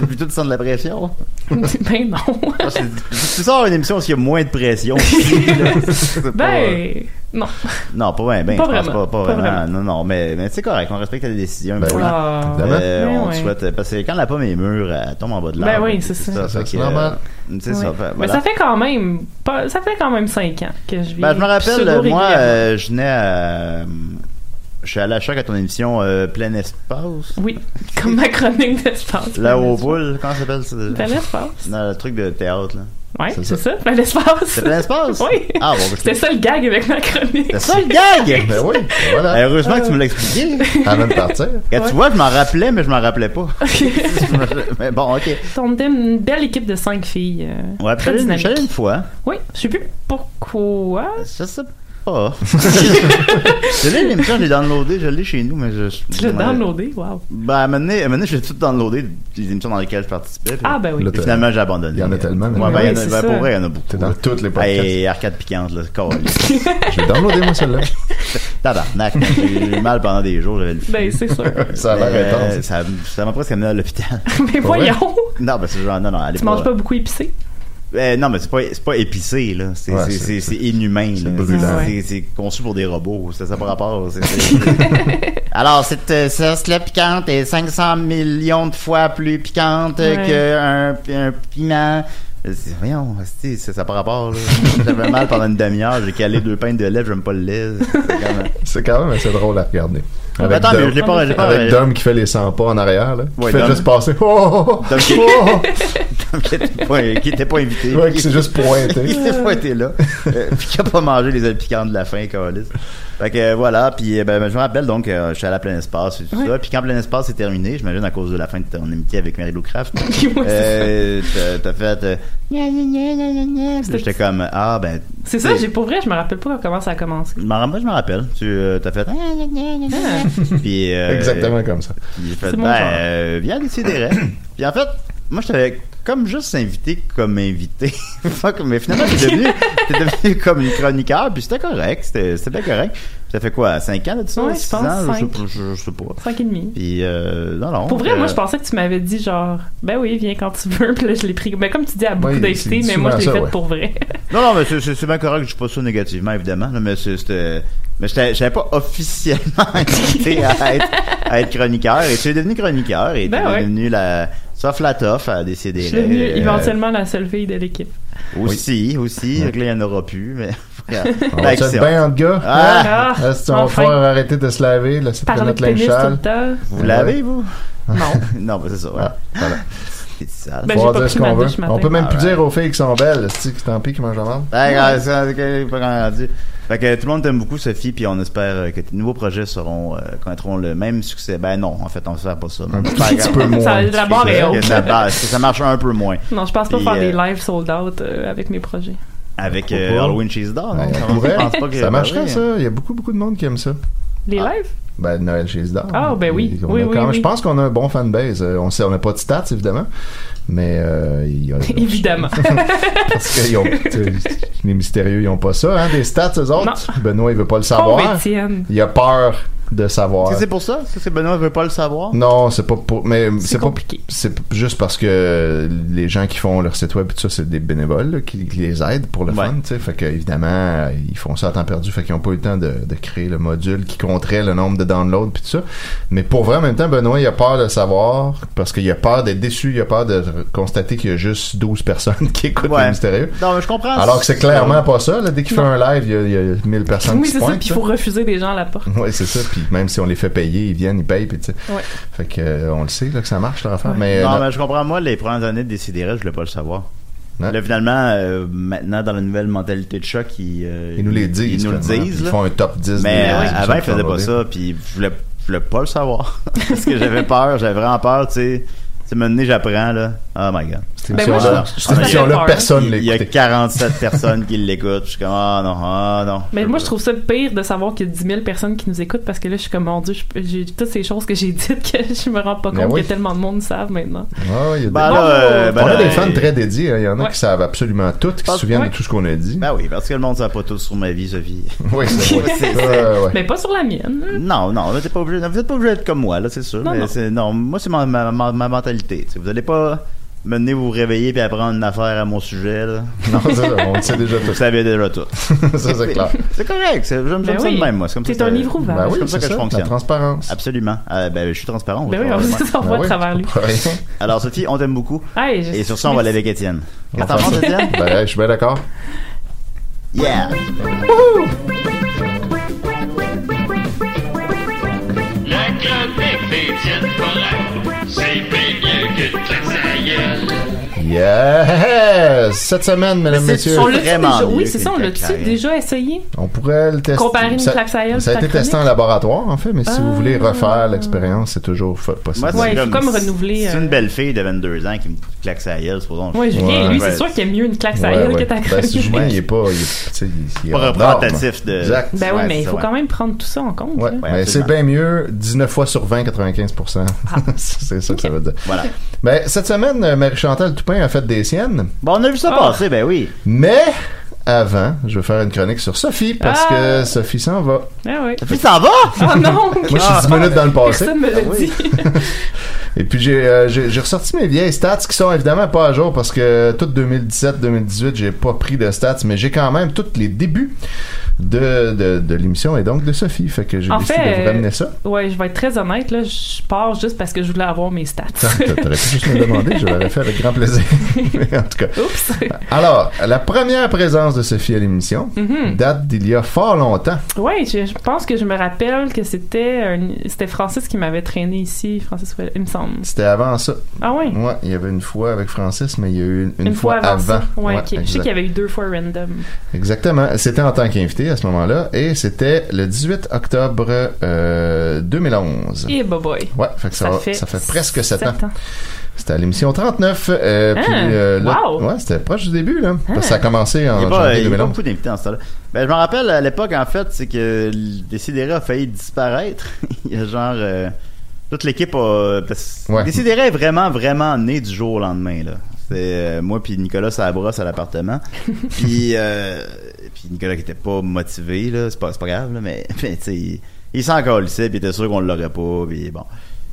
Speaker 6: plutôt de sentir de la pression.
Speaker 7: ben non.
Speaker 6: Ah, Tu sors une émission où il y a moins
Speaker 7: *laughs*
Speaker 6: de pression. C'est pas-
Speaker 7: Ben, non.
Speaker 6: Non, pas bien, ben,
Speaker 7: Pas
Speaker 6: je pense
Speaker 7: vraiment,
Speaker 6: pas, pas
Speaker 7: pas
Speaker 6: vraiment.
Speaker 7: vraiment.
Speaker 6: Non, non, mais, mais c'est correct, on respecte les décisions.
Speaker 8: Ben oui,
Speaker 6: évidemment.
Speaker 8: évidemment.
Speaker 6: Euh,
Speaker 8: Mais
Speaker 6: on
Speaker 8: ouais.
Speaker 6: te souhaite, parce que quand la pomme est mûre, euh, elle tombe en bas de
Speaker 7: Ben
Speaker 6: l'arbre.
Speaker 7: oui, c'est ça.
Speaker 6: fait
Speaker 8: C'est
Speaker 6: que, euh,
Speaker 8: normal.
Speaker 6: C'est ça.
Speaker 7: Ouais.
Speaker 6: fait-
Speaker 7: Mais
Speaker 6: voilà.
Speaker 7: ça fait quand même, pas- ça fait quand même 5 ans que je vis.
Speaker 6: Ben, je me rappelle, euh, moi,
Speaker 7: pseudo-régulièrement.
Speaker 6: euh, je venais à. euh, Je suis allé à choc à ton émission euh, Plein Espace.
Speaker 7: Oui, comme ma chronique d'espace.
Speaker 6: Là, au boule, comment ça s'appelle ça déjà?
Speaker 7: Plein Espace.
Speaker 6: Non, le truc de théâtre, là.
Speaker 7: Ouais, c'est ça, plein d'espace.
Speaker 6: C'est Plein
Speaker 7: *laughs*
Speaker 6: Espace?
Speaker 7: Oui.
Speaker 6: Ah, bon, ben,
Speaker 7: C'était ça le gag avec ma chronique.
Speaker 6: C'était ça le gag! ben oui, voilà. Heureusement que tu me l'as expliqué.
Speaker 8: Avant de
Speaker 6: *laughs*
Speaker 8: partir.
Speaker 6: Et
Speaker 7: Ouais.
Speaker 6: Tu vois, je m'en rappelais, mais je m'en rappelais pas. *laughs* mais bon, ok.
Speaker 7: On était une belle équipe de 5 filles. euh,
Speaker 6: Ouais,
Speaker 7: très
Speaker 6: puis j'allais-
Speaker 7: dynamique.
Speaker 6: j'allais une fois. Euh,
Speaker 7: Oui, je sais plus pourquoi.
Speaker 6: Je sais pas.
Speaker 8: *laughs*
Speaker 6: Je l'ai, l'émission, je l'ai downloadé, je l'ai chez nous, mais je.
Speaker 7: Tu l'as downloadé, wow.
Speaker 6: Ben, à un moment donné, à un moment donné, j'ai tout downloadé les émissions dans lesquelles je participais. puis-
Speaker 7: Ah, ben oui.
Speaker 6: puis finalement, j'ai abandonné.
Speaker 8: Il y en a tellement.
Speaker 6: Ouais, ben,
Speaker 8: maintenant.
Speaker 6: il y en a- ben, pour vrai, il y en a beaucoup.
Speaker 8: T'es dans toutes les podcasts.
Speaker 6: Hey, arcade piquante, là, câlisse.
Speaker 8: J'ai downloadé, moi, celle-là.
Speaker 6: Tabarnak, j'ai eu mal pendant des jours, j'avais le fou.
Speaker 7: Ben, c'est sûr.
Speaker 8: Ça a l'air
Speaker 6: Euh,
Speaker 8: intense.
Speaker 6: Ça ça m'a presque amené à l'hôpital.
Speaker 7: *laughs* Mais voyons,
Speaker 6: Non, ben, c'est genre, non, non, allez
Speaker 7: tu manges pas beaucoup épicé.
Speaker 6: Euh, non, mais c'est pas, c'est pas épicé, là. C'est
Speaker 8: Ouais,
Speaker 6: c'est-
Speaker 8: c'est-
Speaker 6: c'est- c'est inhumain, là.
Speaker 8: brûlant.
Speaker 6: C'est- C'est conçu pour des robots. C'est ça par rapport.
Speaker 7: *laughs*
Speaker 6: c'est- c'est- Alors, cette euh, sauce-là piquante est 500 millions de fois plus piquante euh,
Speaker 8: Ouais.
Speaker 6: que qu'un un piment. Euh, c'est- Voyons, c'est c'est ça par rapport,
Speaker 7: *laughs*
Speaker 6: là. J'avais mal pendant une demi-heure. J'ai calé deux pintes de lait, j'aime pas le lait.
Speaker 8: C'est quand même assez drôle à regarder.
Speaker 6: Ah,
Speaker 8: Avec
Speaker 6: attends, mais
Speaker 8: Dom-
Speaker 6: je l'ai pas- je l'ai pas-
Speaker 8: Avec Dom qui fait les 100 pas en arrière, là. Qui
Speaker 6: Ouais,
Speaker 8: fait
Speaker 6: Dom.
Speaker 8: juste passer. Oh!
Speaker 6: Dom qui-
Speaker 8: Oh!
Speaker 6: Tom qui était pas, qui était pas invité.
Speaker 8: Ouais, qui s'est juste pointé.
Speaker 6: Il s'est pointé là. Euh, puis qui a pas mangé les ailes piquantes de la fin, câlisse. Fait que euh, voilà, puis euh, ben, ben, je me rappelle donc, euh, je suis allé à plein espace et tout ça. Puis quand plein espace est terminé, j'imagine à cause de la fin de ton amitié avec Mary Lou Craft, euh, t'as- t'as fait. euh,
Speaker 7: C'était-
Speaker 6: J'étais comme ah ben.
Speaker 7: C'est ça, j'ai pour vrai, je me rappelle pas comment ça a commencé.
Speaker 6: Je m'en- Moi, je me rappelle. Tu euh, t'as fait. Puis, *laughs* euh,
Speaker 8: Exactement comme ça.
Speaker 6: Puis j'ai fait,
Speaker 8: C'est mon
Speaker 6: ben,
Speaker 8: genre.
Speaker 6: euh, viens décider.
Speaker 7: *clears throat*
Speaker 6: puis en fait, moi, je t'avais comme juste invité comme invité. *laughs* Fuck, mais finalement, t'es devenu, t'es devenu comme une chroniqueur, puis c'était correct. C'était c'était bien correct. Ça fait quoi, 5 ans de ça?
Speaker 7: Ouais, je
Speaker 6: six
Speaker 7: pense,
Speaker 6: ans, je, sais
Speaker 7: cinq.
Speaker 6: pas, je- je sais pas.
Speaker 7: Cinq et demi.
Speaker 6: Puis, euh, non, non.
Speaker 7: Pour vrai, moi,
Speaker 6: euh,
Speaker 7: je pensais que tu m'avais dit genre, ben oui, viens quand tu veux, *laughs* puis là, je l'ai pris. Ben, comme tu dis à beaucoup
Speaker 6: Oui,
Speaker 7: d'invités,
Speaker 6: c'est
Speaker 7: mais moi, je l'ai
Speaker 6: souvent
Speaker 7: fait
Speaker 6: ça, ouais.
Speaker 7: pour vrai. *laughs*
Speaker 6: Non, non, mais c'est- c'est c'est bien correct, je dis pas ça négativement, évidemment, là, mais c'est- c'était. Mais j'étais- j'avais pas officiellement *laughs* invité à être, à être chroniqueur, et tu es devenu chroniqueur, et
Speaker 7: Ben
Speaker 6: tu es
Speaker 7: ouais.
Speaker 6: devenu la. Sauf la toffe à décider.
Speaker 7: Je suis devenue éventuellement la seule fille de l'équipe.
Speaker 6: Aussi, aussi. Fait que là, il n'y en aura plus, mais. *laughs*
Speaker 8: On va être bien entre gars.
Speaker 6: Ah!
Speaker 8: Hein? Est-ce qu'on va
Speaker 6: Enfin.
Speaker 8: pouvoir arrêter de se laver? Là, c'est
Speaker 7: Parler
Speaker 8: notre
Speaker 7: de pénis
Speaker 8: linge sale.
Speaker 7: tout le temps.
Speaker 6: Vous
Speaker 8: Ouais.
Speaker 6: *laughs*
Speaker 8: Ah,
Speaker 6: l'avez, vous?
Speaker 7: Non.
Speaker 6: non, mais c'est ça, voilà. *laughs* C'est
Speaker 7: Ben,
Speaker 6: sale.
Speaker 8: Faut leur dire ce qu'on veut. On peut
Speaker 6: Ah,
Speaker 8: même plus dire aux filles qui sont belles, c'est que tant pis qu'ils mangent la merde.
Speaker 6: Ouais, quand- Ben, ça, ok, pas quand rendu. Fait que tout le monde t'aime beaucoup, Sophie, puis on espère euh, que tes nouveaux projets seront, euh, connaîtront le même succès. Ben non, en fait, on ne sert pas ça. Un
Speaker 7: petit peu Ça, moins. la barre est haute.
Speaker 6: Ça, marche- ça marche un peu moins.
Speaker 7: Non, je pense pas
Speaker 6: Puis,
Speaker 7: faire
Speaker 6: euh,
Speaker 7: des lives sold out euh, avec mes projets.
Speaker 6: Avec euh,
Speaker 8: pas?
Speaker 6: Halloween Cheese Dog.
Speaker 8: Ouais,
Speaker 6: non?
Speaker 8: on pourrait.
Speaker 6: Je pense pas que-
Speaker 8: ça marcherait,
Speaker 6: bah oui.
Speaker 8: ça. Il y a beaucoup, beaucoup de monde qui aime ça.
Speaker 7: Les lives?
Speaker 8: Ben, Noël chez Zidane.
Speaker 7: Ah, ben oui.
Speaker 8: Et on
Speaker 7: Oui,
Speaker 8: a
Speaker 7: oui,
Speaker 8: quand même-
Speaker 7: oui.
Speaker 8: Je pense qu'on a un bon fanbase. Euh, On sait, on n'a pas de stats, évidemment. Mais euh, il
Speaker 7: *laughs*
Speaker 8: y a- *laughs*
Speaker 7: Évidemment.
Speaker 8: parce qu'ils ont- tu sais, les mystérieux, ils n'ont pas ça, hein, des stats, eux autres. Benoît, il veut pas le savoir.
Speaker 7: Oh, Étienne.
Speaker 8: Il a peur de savoir.
Speaker 6: Est-ce que c'est pour ça? Est-ce que c'est Benoît veut pas le savoir?
Speaker 8: Non, c'est pas pour. Mais c'est pas. C'est p- juste parce que les gens qui font leur site web, et tout ça, c'est des bénévoles là, qui, qui les aident pour le fun, tu sais. Fait que, évidemment, euh, ils font ça à temps perdu, fait qu'ils n'ont pas eu le temps de, de créer le module qui compterait le nombre de downloads, puis tout ça. Mais pour vrai, en même temps, Benoît, il a peur de savoir, parce qu'il a peur d'être déçu, il a peur de constater qu'il y a juste 12 personnes *laughs* qui écoutent
Speaker 6: Ouais. Ah,
Speaker 8: les mystérieux.
Speaker 6: Non, mais je comprends.
Speaker 8: Alors que c'est clairement pas ça, là. Dès qu'il fait un live, il y a- il y, a 1000 personnes
Speaker 7: Oui,
Speaker 8: qui se
Speaker 7: c'est ça,
Speaker 8: pointent.
Speaker 7: puis il faut refuser des gens à la porte.
Speaker 8: Ouais, c'est ça. Puis même si on les fait payer, ils viennent, ils payent, puis tu sais.
Speaker 7: Ouais.
Speaker 8: Fait que euh, on le sait là, que ça marche leur affaire. Mais,
Speaker 6: non,
Speaker 8: euh,
Speaker 6: mais je comprends. Moi, les premières années de Décideret, je voulais pas le savoir. Là, finalement, euh, maintenant, dans la nouvelle mentalité de choc, ils, euh,
Speaker 8: Ils nous les disent,
Speaker 6: Ils nous le
Speaker 8: finalement,
Speaker 6: disent.
Speaker 8: puis ils
Speaker 6: là.
Speaker 8: font un top 10 des-
Speaker 6: Mais euh,
Speaker 8: des
Speaker 6: avant,
Speaker 8: gens
Speaker 6: ils faisaient pas
Speaker 8: favoris.
Speaker 6: ça, puis je voulais, je voulais pas le savoir. *laughs* Parce que j'avais peur, j'avais vraiment peur, tu sais. Tu sais, maintenant, j'apprends, là. Oh my god.
Speaker 8: Ben, émission-là- moi, je- cette émission-là,
Speaker 6: Ah,
Speaker 8: personne
Speaker 6: Il y a 47 personnes qui l'écoutent. Je suis comme, ah non, ah non.
Speaker 7: Mais moi, je trouve ça pire de savoir qu'il y a 10 000 personnes qui nous écoutent parce que là, je suis comme, mon Dieu, je- j'ai toutes ces choses que j'ai dites que *laughs* je me rends pas
Speaker 8: Ben
Speaker 7: compte
Speaker 8: oui.
Speaker 7: que tellement de monde savent maintenant.
Speaker 8: Ouais, ouais, il y a des-
Speaker 6: Ben là, euh, ben
Speaker 8: on a
Speaker 6: là,
Speaker 8: des fans
Speaker 6: euh,
Speaker 8: très dédiés. hein. Il y en a
Speaker 7: Ouais.
Speaker 8: qui savent absolument tout, qui se
Speaker 6: Parce-
Speaker 8: souviennent
Speaker 7: ouais.
Speaker 8: de tout ce qu'on a dit.
Speaker 6: Ben oui, parce que le monde ne sait pas tout sur ma vie, Sophie.
Speaker 8: Oui, c'est vrai.
Speaker 6: C'est-
Speaker 8: Ouais,
Speaker 6: c'est-
Speaker 8: ouais.
Speaker 7: Mais pas sur la mienne. là.
Speaker 6: Non, non, vous n'êtes pas obligé, vous êtes pas obligé d'être comme moi, là, c'est sûr.
Speaker 7: Non,
Speaker 6: mais
Speaker 7: non.
Speaker 6: c'est- non, moi, c'est ma, ma, ma- ma mentalité. tu sais. Vous allez pas me venir vous réveiller puis apprendre une affaire à mon sujet, là.
Speaker 8: *laughs* Non, c'est ça, on le sait déjà
Speaker 6: Vous
Speaker 8: tout.
Speaker 6: savez déjà tout.
Speaker 8: ça, c'est clair.
Speaker 6: C'est correct, c'est- j'aime j'aime
Speaker 7: Ben
Speaker 6: ça
Speaker 7: oui.
Speaker 6: de même, moi. C'est comme
Speaker 7: T'es
Speaker 6: ça que-
Speaker 7: un hein. livre ouvert.
Speaker 8: Ben
Speaker 6: c'est
Speaker 8: oui,
Speaker 6: comme ça que je
Speaker 8: la
Speaker 6: fonctionne.
Speaker 8: transparence.
Speaker 6: Absolument. Euh, ben, je suis transparent. on
Speaker 7: Ben
Speaker 6: va
Speaker 7: oui, on
Speaker 6: travailler de même.
Speaker 7: ça, on
Speaker 8: Ben
Speaker 7: voit
Speaker 8: oui,
Speaker 7: à travers lui.
Speaker 8: pas rien.
Speaker 6: Alors, Sophie, on t'aime beaucoup.
Speaker 7: Hey, je-
Speaker 6: Et sur ça, on va aller avec Étienne.
Speaker 8: On
Speaker 6: Qu'est-ce que
Speaker 8: va
Speaker 6: t'en
Speaker 8: faire
Speaker 6: penses,
Speaker 8: ça.
Speaker 6: Étienne?
Speaker 8: Ben, je suis bien d'accord.
Speaker 6: Yeah!
Speaker 10: La chronique des tiennes correctes, c'est bien que tu
Speaker 8: Yes! Euh, Cette semaine, mesdames,
Speaker 6: c'est-
Speaker 8: messieurs.
Speaker 7: On l'a-tu
Speaker 6: vraiment
Speaker 7: déjà-
Speaker 6: mieux
Speaker 7: Oui, c'est ça, on
Speaker 6: qu'une
Speaker 7: l'a-tu
Speaker 6: claque à
Speaker 7: déjà essayé?
Speaker 8: On pourrait le tester.
Speaker 7: Comparer une
Speaker 8: ça,
Speaker 7: claque à elle,
Speaker 8: ça a
Speaker 7: ta
Speaker 8: été testé
Speaker 7: chronique.
Speaker 8: en laboratoire, en fait, mais si
Speaker 7: Ah.
Speaker 8: vous voulez refaire l'expérience, c'est toujours fa- possible.
Speaker 6: Moi, c'est
Speaker 7: Ouais, il faut comme
Speaker 6: c'est-
Speaker 7: renouveler,
Speaker 6: C'est
Speaker 7: euh,
Speaker 6: une belle fille de 22 ans qui me claque sa gueule, supposons.
Speaker 7: Ouais, Julien,
Speaker 8: Ouais.
Speaker 7: lui,
Speaker 6: Ouais.
Speaker 7: c'est sûr qu'il y a mieux une claque à
Speaker 8: Ouais,
Speaker 7: elle
Speaker 8: ouais.
Speaker 7: que ta
Speaker 8: Ben, si
Speaker 7: chronique.
Speaker 8: Julien, il est pas. Il est, tu sais, il, il est
Speaker 6: Pas
Speaker 8: hors
Speaker 6: représentatif
Speaker 8: norme.
Speaker 6: de-
Speaker 8: Exact.
Speaker 7: Ben oui,
Speaker 6: Ouais,
Speaker 7: mais il
Speaker 6: c'est
Speaker 7: faut
Speaker 6: ça,
Speaker 7: quand même prendre tout ça en compte.
Speaker 8: Ouais,
Speaker 7: là.
Speaker 8: mais c'est
Speaker 6: absolument.
Speaker 8: bien mieux 19 fois sur 20, 95%.
Speaker 7: Ah,
Speaker 8: *laughs* c'est ça que ça veut dire.
Speaker 6: Voilà.
Speaker 8: Ben, cette semaine, euh, Marie-Chantal Toupin a fait des siennes,
Speaker 6: Bon, on a vu ça
Speaker 7: Ah.
Speaker 6: passer, ben oui.
Speaker 8: mais avant, je vais faire une chronique sur Sophie parce
Speaker 7: Ah.
Speaker 8: que Sophie s'en va.
Speaker 7: Ah
Speaker 8: *laughs*
Speaker 7: ouais.
Speaker 6: Puis ça va!
Speaker 7: Oh non!
Speaker 8: Moi, je suis 10 minutes dans le passé. Ah
Speaker 7: Personne me l'a dit.
Speaker 8: Et puis j'ai euh, j'ai j'ai ressorti mes vieilles stats qui sont évidemment pas à jour parce que toute 2017-2018 j'ai pas pris de stats, mais j'ai quand même tous les débuts de, de, de l'émission et donc de Sophie. Fait que j'ai
Speaker 7: En
Speaker 8: décidé de
Speaker 7: fait,
Speaker 8: vous
Speaker 7: *laughs*
Speaker 8: ramener ça.
Speaker 7: euh, ouais, je vais être très honnête, là, je pars juste parce que je voulais avoir mes stats.
Speaker 8: Tant que Ah, T'aurais pu juste me demander, je l'aurais fait avec grand plaisir. Mais en tout cas.
Speaker 7: Oups!
Speaker 8: Alors, la première présence de Sophie à l'émission date d'il y a fort longtemps.
Speaker 7: Ouais, je, je pense que je me rappelle que c'était un- c'était Francis qui m'avait traîné ici, Francis, Ouellet, il me semble.
Speaker 8: C'était avant ça.
Speaker 7: Ah ouais?
Speaker 8: Ouais, il y avait une fois avec Francis, mais il y a eu une, une fois, avant.
Speaker 7: ça. Ouais,
Speaker 8: Ouais,
Speaker 7: ok. Je sais
Speaker 8: exact.
Speaker 7: qu'il y avait eu deux fois random.
Speaker 8: Exactement. C'était en tant qu'invité à ce moment-là et c'était le 18 octobre euh, 2011.
Speaker 7: Et bah boy.
Speaker 8: Ouais, fait que ça,
Speaker 7: Ça
Speaker 8: va-
Speaker 7: fait
Speaker 8: ça fait presque 7
Speaker 7: sept
Speaker 8: ans.
Speaker 7: ans.
Speaker 8: C'était à l'émission 39. euh,
Speaker 7: Ah,
Speaker 8: puis, euh, là-
Speaker 7: wow.
Speaker 8: ouais, c'était proche du début, là. Parce que
Speaker 7: Ah.
Speaker 8: ça a commencé
Speaker 6: Il y
Speaker 8: en
Speaker 6: a pas,
Speaker 8: janvier
Speaker 6: il y a pas
Speaker 8: 2011.
Speaker 6: beaucoup d'invités dans ce temps-là. Ben, je me rappelle, à l'époque, en fait, c'est que Décidéré a failli disparaître. *laughs* il y a genre... euh, toute l'équipe a... parce-
Speaker 8: Ouais.
Speaker 6: Décidéré est vraiment, vraiment né du jour au lendemain, là. C'est euh, moi puis Nicolas à la brosse à l'appartement. puis, euh, puis Nicolas qui était pas motivé, là. C'est pas, c'est pas grave, là, mais, *laughs* mais tu sais, il, il s'en colissait, puis il était sûr qu'on l'aurait pas, puis bon.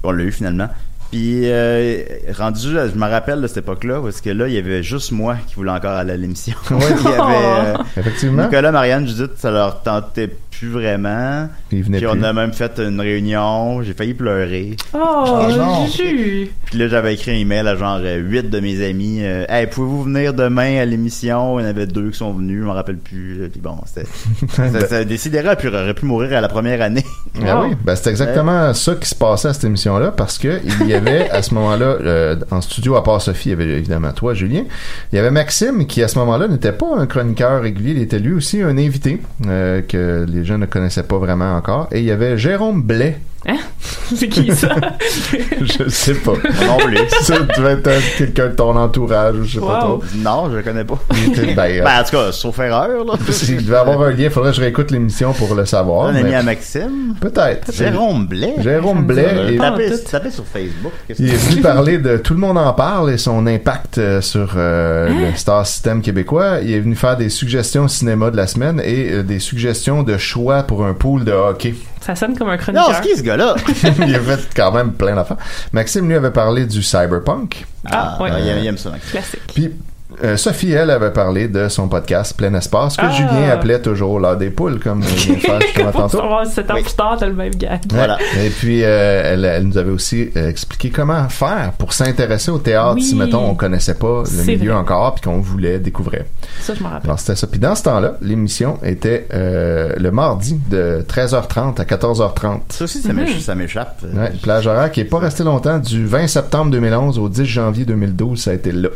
Speaker 6: On l'a eu, finalement. Puis, euh, rendu, là, je me rappelle de cette époque-là, parce que là, il y avait juste moi qui voulais encore aller à l'émission. *laughs* il y avait... euh,
Speaker 8: Effectivement.
Speaker 6: Nicolas, Marianne, Judith, ça leur tentait plus vraiment.
Speaker 8: Ils venaient
Speaker 6: Puis on
Speaker 8: plus.
Speaker 6: a même fait une réunion, j'ai failli pleurer.
Speaker 7: Oh,
Speaker 8: Ah, non.
Speaker 7: Juju!
Speaker 6: Puis là, j'avais écrit un email à genre 8 de mes amis. euh, hey, pouvez-vous venir demain à l'émission? Il y en avait deux qui sont venus, je m'en rappelle plus. Puis bon,
Speaker 8: *laughs*
Speaker 6: c'était. ça, ça déciderait, puis aurait pu mourir à la première année.
Speaker 8: Ah oui, ben c'est exactement ça qui se passait à cette émission-là parce que il y avait à ce moment-là euh, en studio, à part Sophie, il y avait évidemment toi, Julien. Il y avait Maxime qui à ce moment-là n'était pas un chroniqueur régulier, il était lui aussi un invité euh, que les gens ne connaissaient pas vraiment encore. Et il y avait Jérôme Blais
Speaker 7: Hein? C'est qui ça?
Speaker 8: *laughs* je sais pas. *laughs* Non plus. Ça devait être quelqu'un de ton entourage, je sais pas
Speaker 6: Wow.
Speaker 8: trop. Non, je le connais pas. ben,
Speaker 6: Ben, en tout cas, sauf erreur, là.
Speaker 8: il devait avoir un lien, faudrait que je réécoute l'émission pour le savoir.
Speaker 6: Un
Speaker 8: mais-
Speaker 6: ami à Maxime.
Speaker 8: ben, Peut-être.
Speaker 6: Jérôme Blais.
Speaker 8: Jérôme Blais. est-
Speaker 6: Tapez tapez sur Facebook. qu'est-ce
Speaker 8: Il
Speaker 6: que-
Speaker 8: est venu parler de Tout le monde en parle et son impact euh, *laughs* sur euh,
Speaker 7: Hein?
Speaker 8: le star system québécois. Il est venu faire des suggestions cinéma de la semaine et euh, des suggestions de choix pour un pool de hockey.
Speaker 7: Ça sonne comme un chroniqueur.
Speaker 8: gars-là? il a fait quand même plein d'affaires. Maxime, lui, avait parlé du cyberpunk.
Speaker 7: Ah, ouais.
Speaker 8: il aime- il aime ça, Maxime.
Speaker 7: Classique.
Speaker 8: Puis euh, Sophie, elle, avait parlé de son podcast Plein Espace, que
Speaker 7: Ah.
Speaker 8: Julien appelait toujours l'heure des poules, comme on vient de faire
Speaker 7: *laughs*
Speaker 8: justement
Speaker 7: Comme
Speaker 8: tantôt.
Speaker 7: savoir si 7 ans plus tard, t'as le même gag.
Speaker 8: Ouais. Et puis, euh, elle, elle nous avait aussi euh, expliqué comment faire pour s'intéresser au théâtre
Speaker 7: Oui.
Speaker 8: Ah, si, mettons, on connaissait pas le
Speaker 7: C'est
Speaker 8: milieu
Speaker 7: vrai.
Speaker 8: encore puis qu'on voulait découvrir.
Speaker 7: Ça, je m'en rappelle.
Speaker 8: Alors, c'était ça. Puis, dans ce temps-là, l'émission était euh, le mardi de 13h30 à 14h30.
Speaker 6: Ça aussi,
Speaker 7: Hmm.
Speaker 6: ça m'éch- ça m'échappe.
Speaker 8: Ouais, plage horaire qui n'est pas resté longtemps, du 20 septembre 2011 au 10 janvier 2012, ça a été là.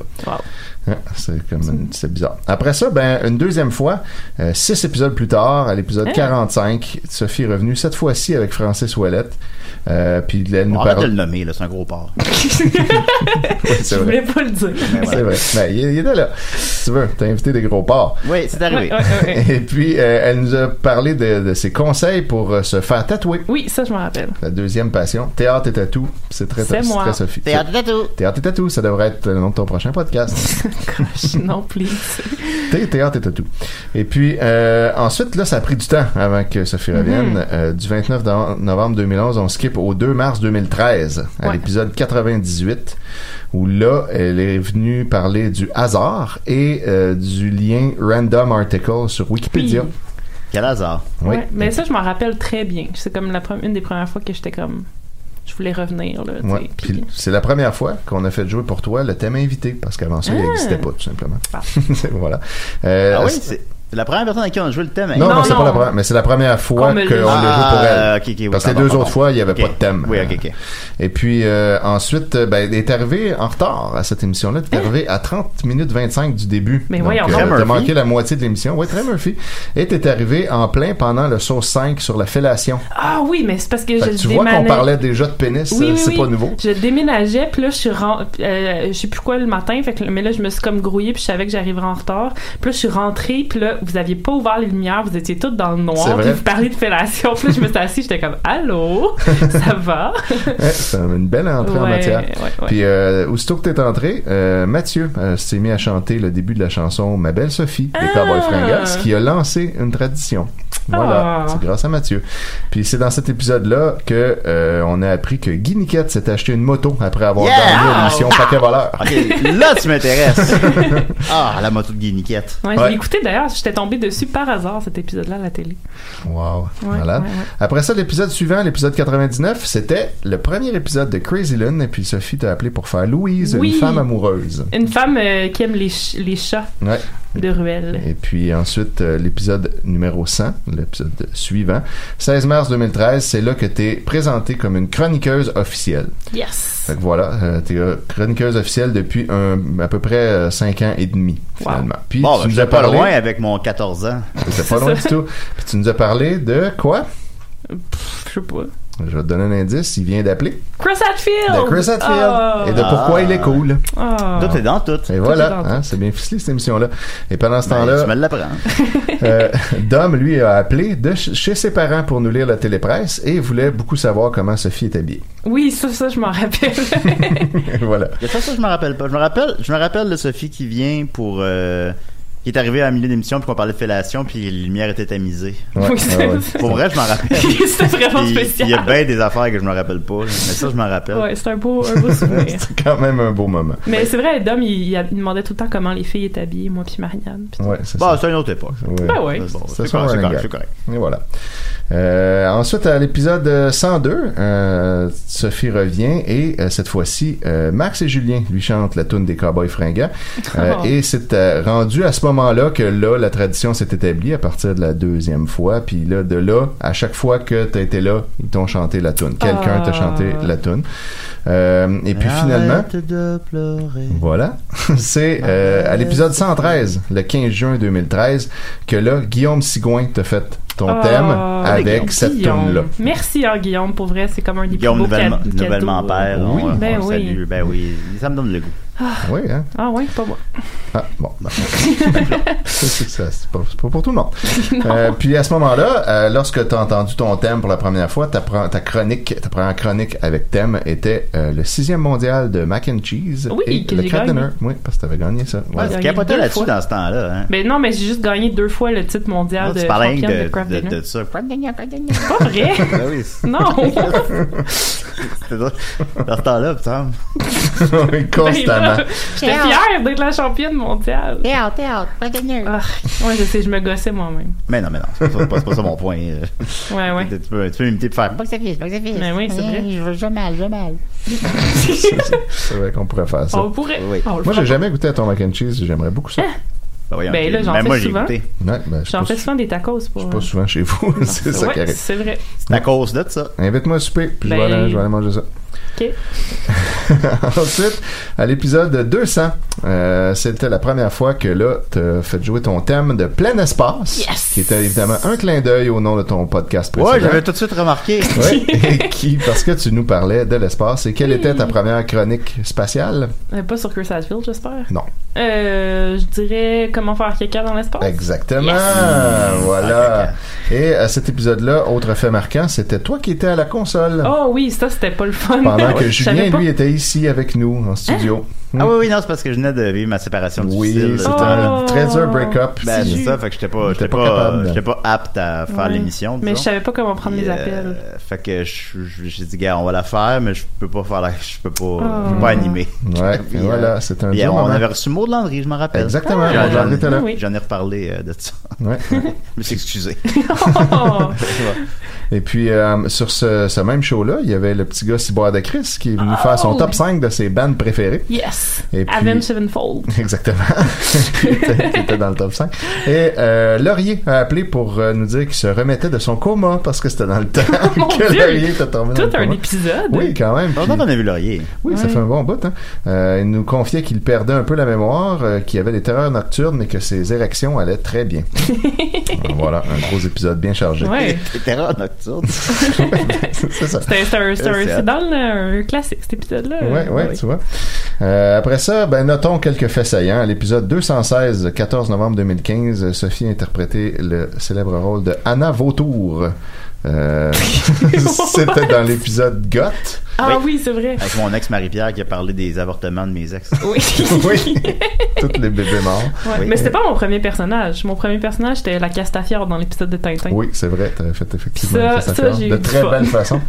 Speaker 8: Ouais, c'est comme une- c'est bizarre. Après ça, ben une deuxième fois, euh, six épisodes plus tard, à l'épisode
Speaker 6: Hein?
Speaker 8: 45, Sophie est revenue cette fois-ci avec Francis Ouellette. Euh, puis elle nous
Speaker 6: On arrête de
Speaker 8: parle.
Speaker 6: le nommer, là, c'est un gros port.
Speaker 8: Ouais, c'est
Speaker 7: Je
Speaker 8: vrai.
Speaker 7: voulais pas le dire.
Speaker 8: C'est vrai. Ben, il, il était là. Si tu veux, t'as invité des gros porcs. *laughs*
Speaker 6: Oui, c'est arrivé.
Speaker 7: Ouais, ouais, ouais.
Speaker 8: Et puis, euh, elle nous a parlé de, de ses conseils pour euh, se faire tatouer.
Speaker 7: Oui, ça, je m'en
Speaker 8: *laughs*
Speaker 7: rappelle.
Speaker 8: La deuxième passion, théâtre et tatou. C'est très,
Speaker 7: C'est
Speaker 8: c'est
Speaker 7: moi.
Speaker 8: très Sophie.
Speaker 7: Théâtre et tatou.
Speaker 8: Théâtre et tatou, ça devrait être le nom de ton prochain podcast.
Speaker 7: non, please.
Speaker 8: Thé, théâtre et tatou. Et puis, euh, ensuite, là, ça a pris du temps avant que Sophie revienne.
Speaker 7: Mhm.
Speaker 8: Euh, du 29 no- novembre 2011, on skip au 2 mars 2013, à
Speaker 7: Ouais.
Speaker 8: l'épisode 98, où là, elle est venue parler du hasard et euh, du lien Random Article sur Wikipédia.
Speaker 7: Oui.
Speaker 8: Quel hasard? Oui.
Speaker 7: Ouais, mais ça, je m'en rappelle très bien. C'est comme la pre- une des premières fois que j'étais comme. Je voulais revenir, là. tu
Speaker 8: Ouais.
Speaker 7: sais. Hmm.
Speaker 8: Puis c'est la première fois qu'on a fait jouer pour toi le thème invité, parce qu'avant ça, il
Speaker 7: Ah.
Speaker 8: n'existait pas, tout simplement. voilà. Euh,
Speaker 6: Ah oui,
Speaker 8: c'est-
Speaker 6: c'est c'est la première personne à qui on a joué le thème. hein?
Speaker 8: Non, non, c'est pas la première, mais c'est la première fois
Speaker 6: Qu'on
Speaker 8: qu'on l'a
Speaker 6: me
Speaker 8: joué
Speaker 6: le dit.
Speaker 8: pour elle.
Speaker 6: Ah, ok, ok, oui,
Speaker 8: Parce que les
Speaker 6: pardon,
Speaker 8: deux
Speaker 6: pardon.
Speaker 8: autres fois, il
Speaker 7: *laughs*
Speaker 8: n'y avait
Speaker 6: Ok.
Speaker 8: pas de thème.
Speaker 6: Oui, ok, ok.
Speaker 8: Et puis, euh, ensuite, euh, ben, elle est arrivé en retard à cette émission-là. Elle est arrivé à 30 minutes 25 du début.
Speaker 7: Mais
Speaker 8: Donc,
Speaker 7: voyons
Speaker 8: euh,
Speaker 7: donc. Très
Speaker 8: t'as
Speaker 7: Murphy.
Speaker 8: manqué la moitié de l'émission. Oui, très Murphy. Et t'es arrivé en plein pendant le sauce 5 sur la fellation.
Speaker 7: Ah oui, mais c'est parce que
Speaker 8: Fait
Speaker 7: je
Speaker 8: que tu vois
Speaker 7: démana-
Speaker 8: qu'on parlait déjà de pénis,
Speaker 7: Oui,
Speaker 8: euh,
Speaker 7: oui,
Speaker 8: c'est
Speaker 7: oui.
Speaker 8: pas nouveau.
Speaker 7: Je déménageais, puis là, je suis ren- euh, je sais plus quoi le matin, fait que, mais là, je me suis comme grouillée, puis je savais que j'arriverais en retard. Puis là, je suis rentrée, puis là, vous aviez pas ouvert les lumières, vous étiez toutes dans le
Speaker 8: C'est
Speaker 7: noir,
Speaker 8: vrai.
Speaker 7: puis vous parliez de fellation. Puis là, je me suis assise, j'étais comme «
Speaker 8: *laughs*
Speaker 7: Allô? Ça va?
Speaker 8: Ouais, c'est une belle entrée en
Speaker 7: Ouais,
Speaker 8: matière.
Speaker 7: ouais, ouais.
Speaker 8: Puis euh, aussitôt que t'es entré, euh, Mathieu euh, s'est mis à chanter le début de la chanson Ma belle Sophie des Cowboys Fringants, qui a lancé une tradition. Voilà,
Speaker 7: Ah.
Speaker 8: c'est grâce à Mathieu. Puis c'est dans cet épisode-là que euh, on a appris que Guy Niquette s'est acheté une moto après avoir
Speaker 6: Yeah! Ah!
Speaker 8: gagné l'émission Paquet voleur.
Speaker 6: Ok, là, tu m'intéresses. ah, la moto de Guiniquette.
Speaker 7: Ouais, Je l'ai écouté d'ailleurs, j'étais tombée dessus par hasard, cet épisode-là, à la télé.
Speaker 8: Wow,
Speaker 7: Ouais,
Speaker 8: malade.
Speaker 7: ouais, ouais.
Speaker 8: Après ça, l'épisode suivant, l'épisode 99, c'était le premier épisode de Crazy Lune. Et puis Sophie t'a appelé pour faire Louise,
Speaker 7: Oui.
Speaker 8: une femme amoureuse.
Speaker 7: Une femme euh, qui aime les, ch- les chats
Speaker 8: Ouais.
Speaker 7: de ruelle.
Speaker 8: Et puis ensuite, euh, l'épisode numéro 100, l'épisode suivant, 16 mars 2013, c'est là que t'es présentée comme une chroniqueuse officielle.
Speaker 7: Yes!
Speaker 8: Fait que voilà, euh, t'es euh, chroniqueuse officielle depuis un, à peu près 5 ans et demi, finalement. Puis
Speaker 6: Bon,
Speaker 8: tu
Speaker 6: ben,
Speaker 8: nous as
Speaker 6: j'étais pas
Speaker 8: parlé... *laughs*
Speaker 6: loin avec mon 14 ans.
Speaker 8: T'étais pas loin du tout. Puis tu nous as parlé de quoi?
Speaker 7: Je sais pas.
Speaker 8: Je vais te donner un indice, il vient d'appeler.
Speaker 7: Chris Hadfield!
Speaker 8: De Chris Hadfield.
Speaker 7: Ah.
Speaker 8: Et de pourquoi il est cool.
Speaker 7: Ah.
Speaker 8: Tout est dans tout. Et
Speaker 7: est dans
Speaker 8: voilà,
Speaker 7: tout.
Speaker 8: hein, c'est bien ficelé cette émission-là. Et pendant ce temps-là.
Speaker 6: Ben, tu me l'apprends.
Speaker 8: euh, Dom, lui, a appelé de ch- chez ses parents pour nous lire la télépresse et voulait beaucoup savoir comment Sophie est habillée. *laughs*
Speaker 7: Oui, ça, ça, je m'en rappelle.
Speaker 8: voilà.
Speaker 6: Il y a ça, ça, je me rappelle pas. Je me rappelle, je me rappelle de Sophie qui vient pour. euh, qui est arrivée à milieu d'émission, puis qu'on parlait de fellation, puis les lumières étaient tamisées.
Speaker 8: Ouais, Oui, c'est- ouais, ouais.
Speaker 7: *laughs*
Speaker 6: Pour vrai, je m'en rappelle.
Speaker 7: C'était vraiment
Speaker 6: Puis,
Speaker 7: spécial.
Speaker 6: Il y a bien des affaires que je me rappelle pas, mais ça, je m'en rappelle.
Speaker 7: ouais, c'est un beau,
Speaker 8: *laughs*
Speaker 7: un beau souvenir.
Speaker 8: C'est quand même un beau moment.
Speaker 7: Mais c'est vrai, Dom, il, il a- il demandait tout le temps comment les filles étaient habillées, moi puis Marianne. puis-
Speaker 8: Ouais, c'est
Speaker 6: Bon,
Speaker 8: ça.
Speaker 6: Bah, c'est une autre époque.
Speaker 8: Ouais.
Speaker 7: Ben ouais.
Speaker 6: Bon,
Speaker 8: C'est
Speaker 6: c'est
Speaker 8: son
Speaker 6: correct,
Speaker 8: running
Speaker 6: c'est correct,
Speaker 8: gag.
Speaker 6: c'est correct.
Speaker 8: Et voilà. Euh, ensuite, à l'épisode 102, euh, Sophie revient et euh, cette
Speaker 7: Ah.
Speaker 8: fois-ci, euh, Max et Julien lui chantent la tune des Cowboys fringants. Euh,
Speaker 6: Oh.
Speaker 8: Et c'est euh, rendu à ce moment-là que là, la tradition s'est établie à partir de la deuxième fois. Puis là, de là, à chaque fois que t'as été là, ils t'ont chanté la tune. Quelqu'un t'a
Speaker 6: Ah.
Speaker 8: chanté la tune. Euh, et puis finalement,
Speaker 6: Arrête de pleurer.
Speaker 8: voilà. C'est euh, à l'épisode 113, le 15 juin 2013, que là, Guillaume Sigouin t'a fait ton
Speaker 7: Ah,
Speaker 8: thème
Speaker 7: Guillaume.
Speaker 8: avec cette
Speaker 7: Guillaume.
Speaker 8: tune-là.
Speaker 7: Merci, hein, Guillaume. Pour vrai, c'est comme un des
Speaker 6: Guillaume
Speaker 7: plus beaux ca-
Speaker 6: nouvellement,
Speaker 7: cadeaux.
Speaker 6: nouvellement père,
Speaker 7: Oui,
Speaker 6: on,
Speaker 7: ben
Speaker 6: on le
Speaker 7: oui.
Speaker 6: salue, ben oui, ça me donne le goût.
Speaker 7: Ah.
Speaker 8: Oui, hein?
Speaker 7: Ah oui, pas moi.
Speaker 8: Ah, bon. ben. Ça, c'est ça, c'est pas, c'est pas pour tout
Speaker 6: *laughs*
Speaker 8: le monde.
Speaker 7: Non.
Speaker 8: Euh, puis à ce moment-là, euh, lorsque tu as entendu ton thème pour la première fois, ta, pre- ta chronique, ta première chronique avec thème était euh, le sixième mondial de mac and cheese
Speaker 7: Oui,
Speaker 8: et
Speaker 7: que
Speaker 8: le
Speaker 7: j'ai
Speaker 8: cat
Speaker 7: gagné.
Speaker 8: dinner. Oui, parce que t'avais gagné ça.
Speaker 7: Ah, j'ai
Speaker 8: Ouais.
Speaker 7: Tu gagné capotais deux là-dessus fois. dans
Speaker 6: ce temps-là.
Speaker 7: Ben non, mais j'ai juste gagné deux fois le titre mondial
Speaker 6: Ah,
Speaker 7: de
Speaker 6: tu parlais
Speaker 7: championne
Speaker 6: de-
Speaker 7: de Kraft
Speaker 6: de-
Speaker 7: Dinner.
Speaker 6: de ça.
Speaker 7: C'est pas vrai?
Speaker 6: *laughs* Ben oui,
Speaker 8: *laughs*
Speaker 6: c'est-
Speaker 7: Non!
Speaker 6: C'est drôle. Dans ce temps-là, putain.
Speaker 7: *laughs* Ben là, J'étais fière d'être la championne mondiale. T'es out, t'es out, Ouais, je sais, je me gossais moi-même.
Speaker 6: Mais non, mais non, c'est pas, c'est pas- c'est pas ça mon point. euh.
Speaker 7: Ouais, ouais.
Speaker 6: Tu peux, tu peux imiter pour faire.
Speaker 11: Box-office, box-office.
Speaker 7: Ben oui, c'est vrai.
Speaker 11: Je veux jamais, jamais.
Speaker 7: *laughs*
Speaker 8: C'est vrai qu'on pourrait faire ça.
Speaker 11: On pourrait. Oui. On le fera
Speaker 8: Moi, j'ai
Speaker 11: pas.
Speaker 8: jamais goûté à ton mac and cheese. J'aimerais beaucoup ça.
Speaker 7: voyons, Ben ok. là, j'en Même fais moi, j'ai souvent. goûté.
Speaker 8: Ouais, ben, je
Speaker 7: J'en
Speaker 8: pense-
Speaker 7: fais souvent des tacos pour. euh,
Speaker 8: pas souvent chez vous. *laughs* c'est ça
Speaker 7: ouais,
Speaker 8: qui arrive.
Speaker 7: c'est vrai.
Speaker 8: C'est à cause de ça. Invite-moi à souper, puis je vais
Speaker 7: Ben-
Speaker 8: aller- je vais aller manger ça.
Speaker 7: Ok.
Speaker 8: Ensuite, à l'épisode 200, euh, c'était la première fois que là, t'as fait Euh, jouer ton thème de plein espace, qui était évidemment un clin d'œil au nom de ton podcast précédent.
Speaker 6: Ouais, j'avais tout de suite remarqué.
Speaker 8: *laughs* Ouais,
Speaker 7: *laughs*
Speaker 8: et qui, parce que tu nous parlais de l'espace, et quelle était ta première chronique spatiale?
Speaker 7: Euh, Pas sur Chris Hadfield, j'espère.
Speaker 8: Non.
Speaker 7: Euh, je dirais comment faire caca dans l'espace.
Speaker 8: Ben, Exactement.
Speaker 7: Ah,
Speaker 8: Voilà. Et à cet épisode-là, autre fait marquant, c'était toi qui étais à la console.
Speaker 7: Oh oui, ça c'était pas le fun.
Speaker 8: Pendant que
Speaker 7: Je
Speaker 8: Julien,
Speaker 7: savais pas.
Speaker 8: lui, était ici avec nous en studio.
Speaker 6: Ah oui, oui, non, c'est parce que je venais de vivre ma séparation
Speaker 8: Oui,
Speaker 6: difficile.
Speaker 8: c'était un Oh. très dur break-up.
Speaker 6: Ben,
Speaker 8: Si.
Speaker 6: c'est ça, fait que j'étais pas, j'étais
Speaker 8: pas
Speaker 6: pas,
Speaker 8: capable.
Speaker 6: j'étais pas apte à faire
Speaker 7: Ouais.
Speaker 6: l'émission.
Speaker 7: Mais je
Speaker 6: disons.
Speaker 7: savais pas comment prendre mes
Speaker 6: Euh,
Speaker 7: appels.
Speaker 6: Fait que je- je- j'ai dit, gars, on va la faire, mais je peux pas faire la, je peux pas, je peux
Speaker 8: Oh.
Speaker 6: pas animer.
Speaker 8: Ouais,
Speaker 6: Puis,
Speaker 8: et voilà, c'est un
Speaker 6: puis,
Speaker 8: dur
Speaker 6: On
Speaker 8: moment.
Speaker 6: avait reçu Maud Landry, je m'en rappelle.
Speaker 8: Exactement,
Speaker 6: J'en-
Speaker 7: Ah.
Speaker 8: Maud Landry était là.
Speaker 6: j'en, j'en ai reparlé euh, de ça.
Speaker 8: Ouais.
Speaker 6: *laughs* je me suis *laughs* excusé.
Speaker 8: Et puis, euh, sur ce, ce même show-là, il y avait le petit gars Cyboire de Chris qui est venu faire son
Speaker 7: oui.
Speaker 8: top 5 de ses bandes préférées.
Speaker 7: Yes.
Speaker 8: Et puis-
Speaker 7: Avenged Sevenfold.
Speaker 8: Exactement. *laughs* qui était qui était dans le top 5. Et euh, Laurier a appelé pour euh, nous dire qu'il se remettait de son coma parce que c'était dans le temps *laughs* que
Speaker 7: Oh Dieu!
Speaker 8: Laurier était tombé dans le
Speaker 7: Tout un
Speaker 8: coma.
Speaker 7: épisode.
Speaker 8: Oui, quand même. Puis-
Speaker 6: On a vu Laurier.
Speaker 8: Oui, ça
Speaker 7: Ouais.
Speaker 8: fait un bon bout. Hein. Euh, il nous confiait qu'il perdait un peu la mémoire, euh, qu'il avait des terreurs nocturnes et que ses érections allaient très *laughs* bien. Euh, voilà, un gros épisode bien chargé.
Speaker 7: Ouais.
Speaker 6: Terreur nocturne.
Speaker 8: c'est *laughs* ça.
Speaker 7: C'était- c'était un- c'était un- C'est dans le un classique cet épisode-là.
Speaker 8: Ouais, ouais,
Speaker 7: Ah oui.
Speaker 8: tu vois. Euh, après ça, ben, notons quelques faits saillants. À l'épisode 216, 14 novembre 2015, Sophie a interprété le célèbre rôle de Anna Vautour. Euh,
Speaker 7: *laughs*
Speaker 8: C'était dans l'épisode Goth.
Speaker 7: Ah oui, c'est vrai.
Speaker 6: *laughs* Avec mon ex Marie-Pierre qui a parlé des avortements de mes *laughs* ex.
Speaker 7: Oui.
Speaker 8: *laughs* oui. Tous les bébés morts.
Speaker 7: Ouais, Mais c'était pas mon premier personnage. Mon premier personnage, c'était la Castafiore dans l'épisode de Tintin.
Speaker 8: Oui, c'est vrai, t'avais fait effectivement
Speaker 7: Ça-
Speaker 8: une
Speaker 7: ça,
Speaker 8: prestation
Speaker 7: j'ai eu
Speaker 8: de
Speaker 7: du
Speaker 8: très
Speaker 7: fun. *laughs*
Speaker 8: belle façon.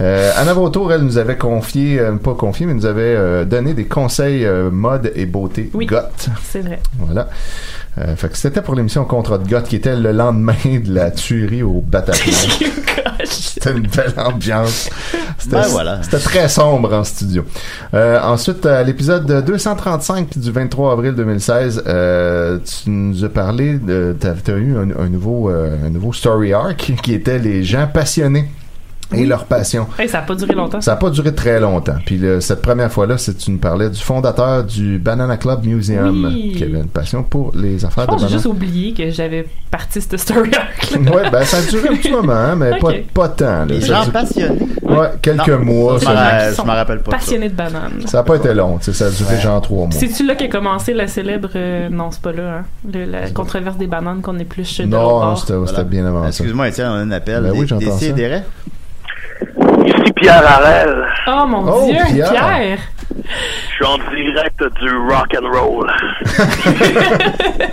Speaker 8: Euh, Anna Vautour, elle nous avait confié, euh, pas confié, mais nous avait euh, donné des conseils euh, mode et beauté goth.
Speaker 7: C'est vrai.
Speaker 8: Voilà. Euh, fait que c'était pour l'émission Contre de Goth qui était le lendemain de la
Speaker 7: *laughs*
Speaker 8: tuerie au Bataclan.
Speaker 7: Oh
Speaker 8: c'était une belle ambiance. C'était
Speaker 6: Ben voilà.
Speaker 8: c'était très sombre en studio. Euh, ensuite, à l'épisode 235 du 23 avril 2016, euh, tu nous as parlé de. T'as as eu un, un nouveau, euh, un nouveau story arc qui était les gens passionnés et leur passion.
Speaker 7: Hey, ça a pas duré longtemps.
Speaker 8: Ça n'a pas duré très longtemps. Puis le- cette première fois-là, c'est tu nous parlais du fondateur du Banana Club Museum,
Speaker 7: Oui.
Speaker 8: qui avait une passion pour les
Speaker 7: Je
Speaker 8: affaires de
Speaker 7: pense que j'ai
Speaker 8: banane.
Speaker 7: juste oublié que j'avais parti cette story arc.
Speaker 8: ouais, ben ça a duré un petit moment, hein, mais
Speaker 7: Ok.
Speaker 8: pas, pas tant. Là.
Speaker 6: Les
Speaker 8: Ça Ah, a
Speaker 6: gens
Speaker 8: duré-
Speaker 6: passionnés.
Speaker 8: Ouais, quelques
Speaker 6: Non,
Speaker 8: mois.
Speaker 6: ça, je m'en- je m'en rappelle pas.
Speaker 7: Passionné de bananes.
Speaker 8: Ça n'a pas été long, tu sais, ça a duré genre trois mois.
Speaker 7: C'est-tu là qu'a commencé la célèbre. euh, non, c'est pas là, hein. Le- la controverse des bananes qu'on épluche de l'autre
Speaker 8: Non,
Speaker 7: bord.
Speaker 8: c'était c'était bien avant
Speaker 6: Excuse-moi, Étienne, on a un appel.
Speaker 8: Ben oui,
Speaker 6: Des-
Speaker 8: j'entends
Speaker 6: des
Speaker 8: ça. *laughs*
Speaker 6: sidérés?
Speaker 9: Ici Pierre Harel.
Speaker 7: Oh mon
Speaker 9: Oh,
Speaker 7: dieu,
Speaker 9: Pierre.
Speaker 7: Pierre!
Speaker 9: Je suis en direct du rock and roll.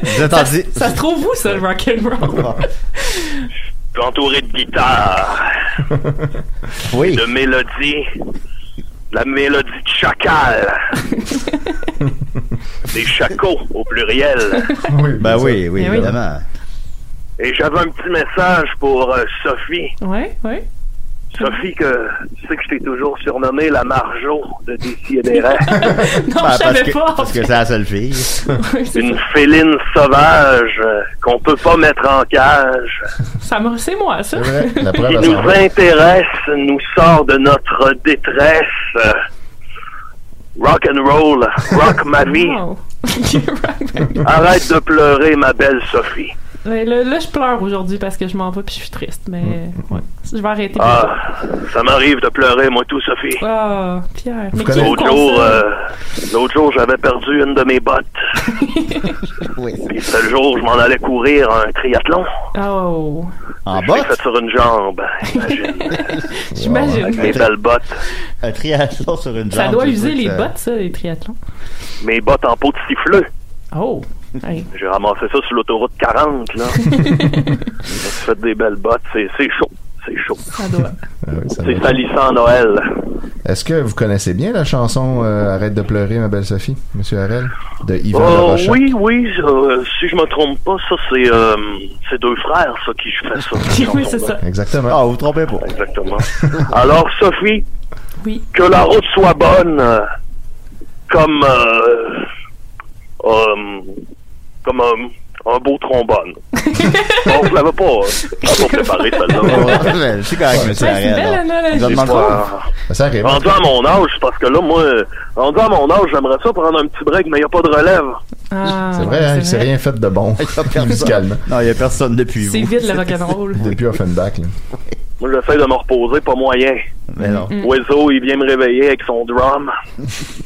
Speaker 6: Vous êtes en di-
Speaker 7: Ça se trouve où, ça, le rock'n'roll?
Speaker 9: Je suis entouré de guitares.
Speaker 6: Oui.
Speaker 9: De mélodies. La mélodie de chacal.
Speaker 7: *laughs*
Speaker 9: Des chacos au pluriel.
Speaker 8: Oui,
Speaker 6: ben oui, oui,
Speaker 9: Eh oui.
Speaker 6: évidemment.
Speaker 9: Et j'avais un petit message pour euh, Sophie.
Speaker 7: Ouais, ouais.
Speaker 9: Sophie, que tu sais que je t'ai toujours surnommée la Marjo de
Speaker 7: *laughs*
Speaker 9: Décideret.
Speaker 6: Ben, parce, que, parce que c'est la seule fille.
Speaker 9: Une féline sauvage euh, qu'on peut pas mettre en cage.
Speaker 7: Ça me, c'est moi, ça.
Speaker 8: La
Speaker 9: qui nous intéresse, nous sort de notre détresse. Euh, Rock and roll, rock ma vie. Arrête de pleurer, ma belle Sophie.
Speaker 7: Mais là, là, je pleure aujourd'hui parce que je m'en vais puis je suis triste, mais
Speaker 8: Mm,
Speaker 7: je vais arrêter.
Speaker 9: Ah, ça m'arrive de pleurer, moi tout, Sophie.
Speaker 7: Ah, Pierre. Mais qui me
Speaker 9: L'autre
Speaker 7: console?
Speaker 9: jour, euh, l'autre jour, j'avais perdu une de mes
Speaker 8: *laughs*
Speaker 9: bottes. Puis ce jour, je m'en allais courir un triathlon.
Speaker 7: Oh.
Speaker 6: En
Speaker 9: Je l'ai fait sur une jambe.
Speaker 8: *laughs*
Speaker 7: J'imagine.
Speaker 9: Avec mes belles bottes.
Speaker 6: Un triathlon sur une jambe.
Speaker 7: Ça doit
Speaker 6: tu
Speaker 7: user
Speaker 6: sais,
Speaker 7: les
Speaker 6: ça-
Speaker 7: bottes, ça, les
Speaker 6: *laughs*
Speaker 7: triathlons.
Speaker 9: Mes bottes en peau de siffleux.
Speaker 7: Oh. Hey.
Speaker 9: J'ai ramassé ça sur l'autoroute 40, là. J'ai fait des belles bottes. C'est c'est chaud. C'est chaud.
Speaker 8: Ah oui, ça
Speaker 9: C'est
Speaker 8: va.
Speaker 9: salissant Noël.
Speaker 8: Est-ce que vous connaissez bien la chanson euh, Arrête de pleurer, ma belle Sophie, Monsieur Harel, de Yvan
Speaker 9: Oh,
Speaker 8: Larochette?
Speaker 9: oui, oui, euh, si je me trompe pas, ça, c'est euh, c'est deux frères, ça, qui font ça. cette chanson-là.
Speaker 8: Exactement.
Speaker 6: Ah, vous vous *laughs* trompez pas.
Speaker 9: Exactement. Alors, Sophie,
Speaker 7: Oui.
Speaker 9: que la route soit bonne, euh, comme, euh, euh, comme un, un beau trombone. bon, je l'avais pas, euh, pas préparé, celle-là.
Speaker 6: Ouais, c'est correct, monsieur Harel.
Speaker 7: Ah,
Speaker 6: On doit demander-
Speaker 8: Ça arrive.
Speaker 9: Rendu à mon âge, parce que là, moi, rendu à mon âge, j'aimerais ça prendre un petit break, mais il n'y a pas de relève.
Speaker 7: Ah,
Speaker 8: C'est vrai, hein, il s'est rien fait
Speaker 9: *laughs*
Speaker 8: de bon. *laughs* Musicalement.
Speaker 6: Non, il n'y a personne depuis
Speaker 7: C'est
Speaker 8: vous. *laughs*
Speaker 7: vide le rock'n'roll.
Speaker 8: Depuis Offenbach. là.
Speaker 9: Moi, j'essaie de me reposer, pas moyen.
Speaker 8: Mais
Speaker 6: *laughs*
Speaker 8: non.
Speaker 9: Mm. Oiseau, il vient me réveiller avec son
Speaker 8: *laughs*
Speaker 9: drum.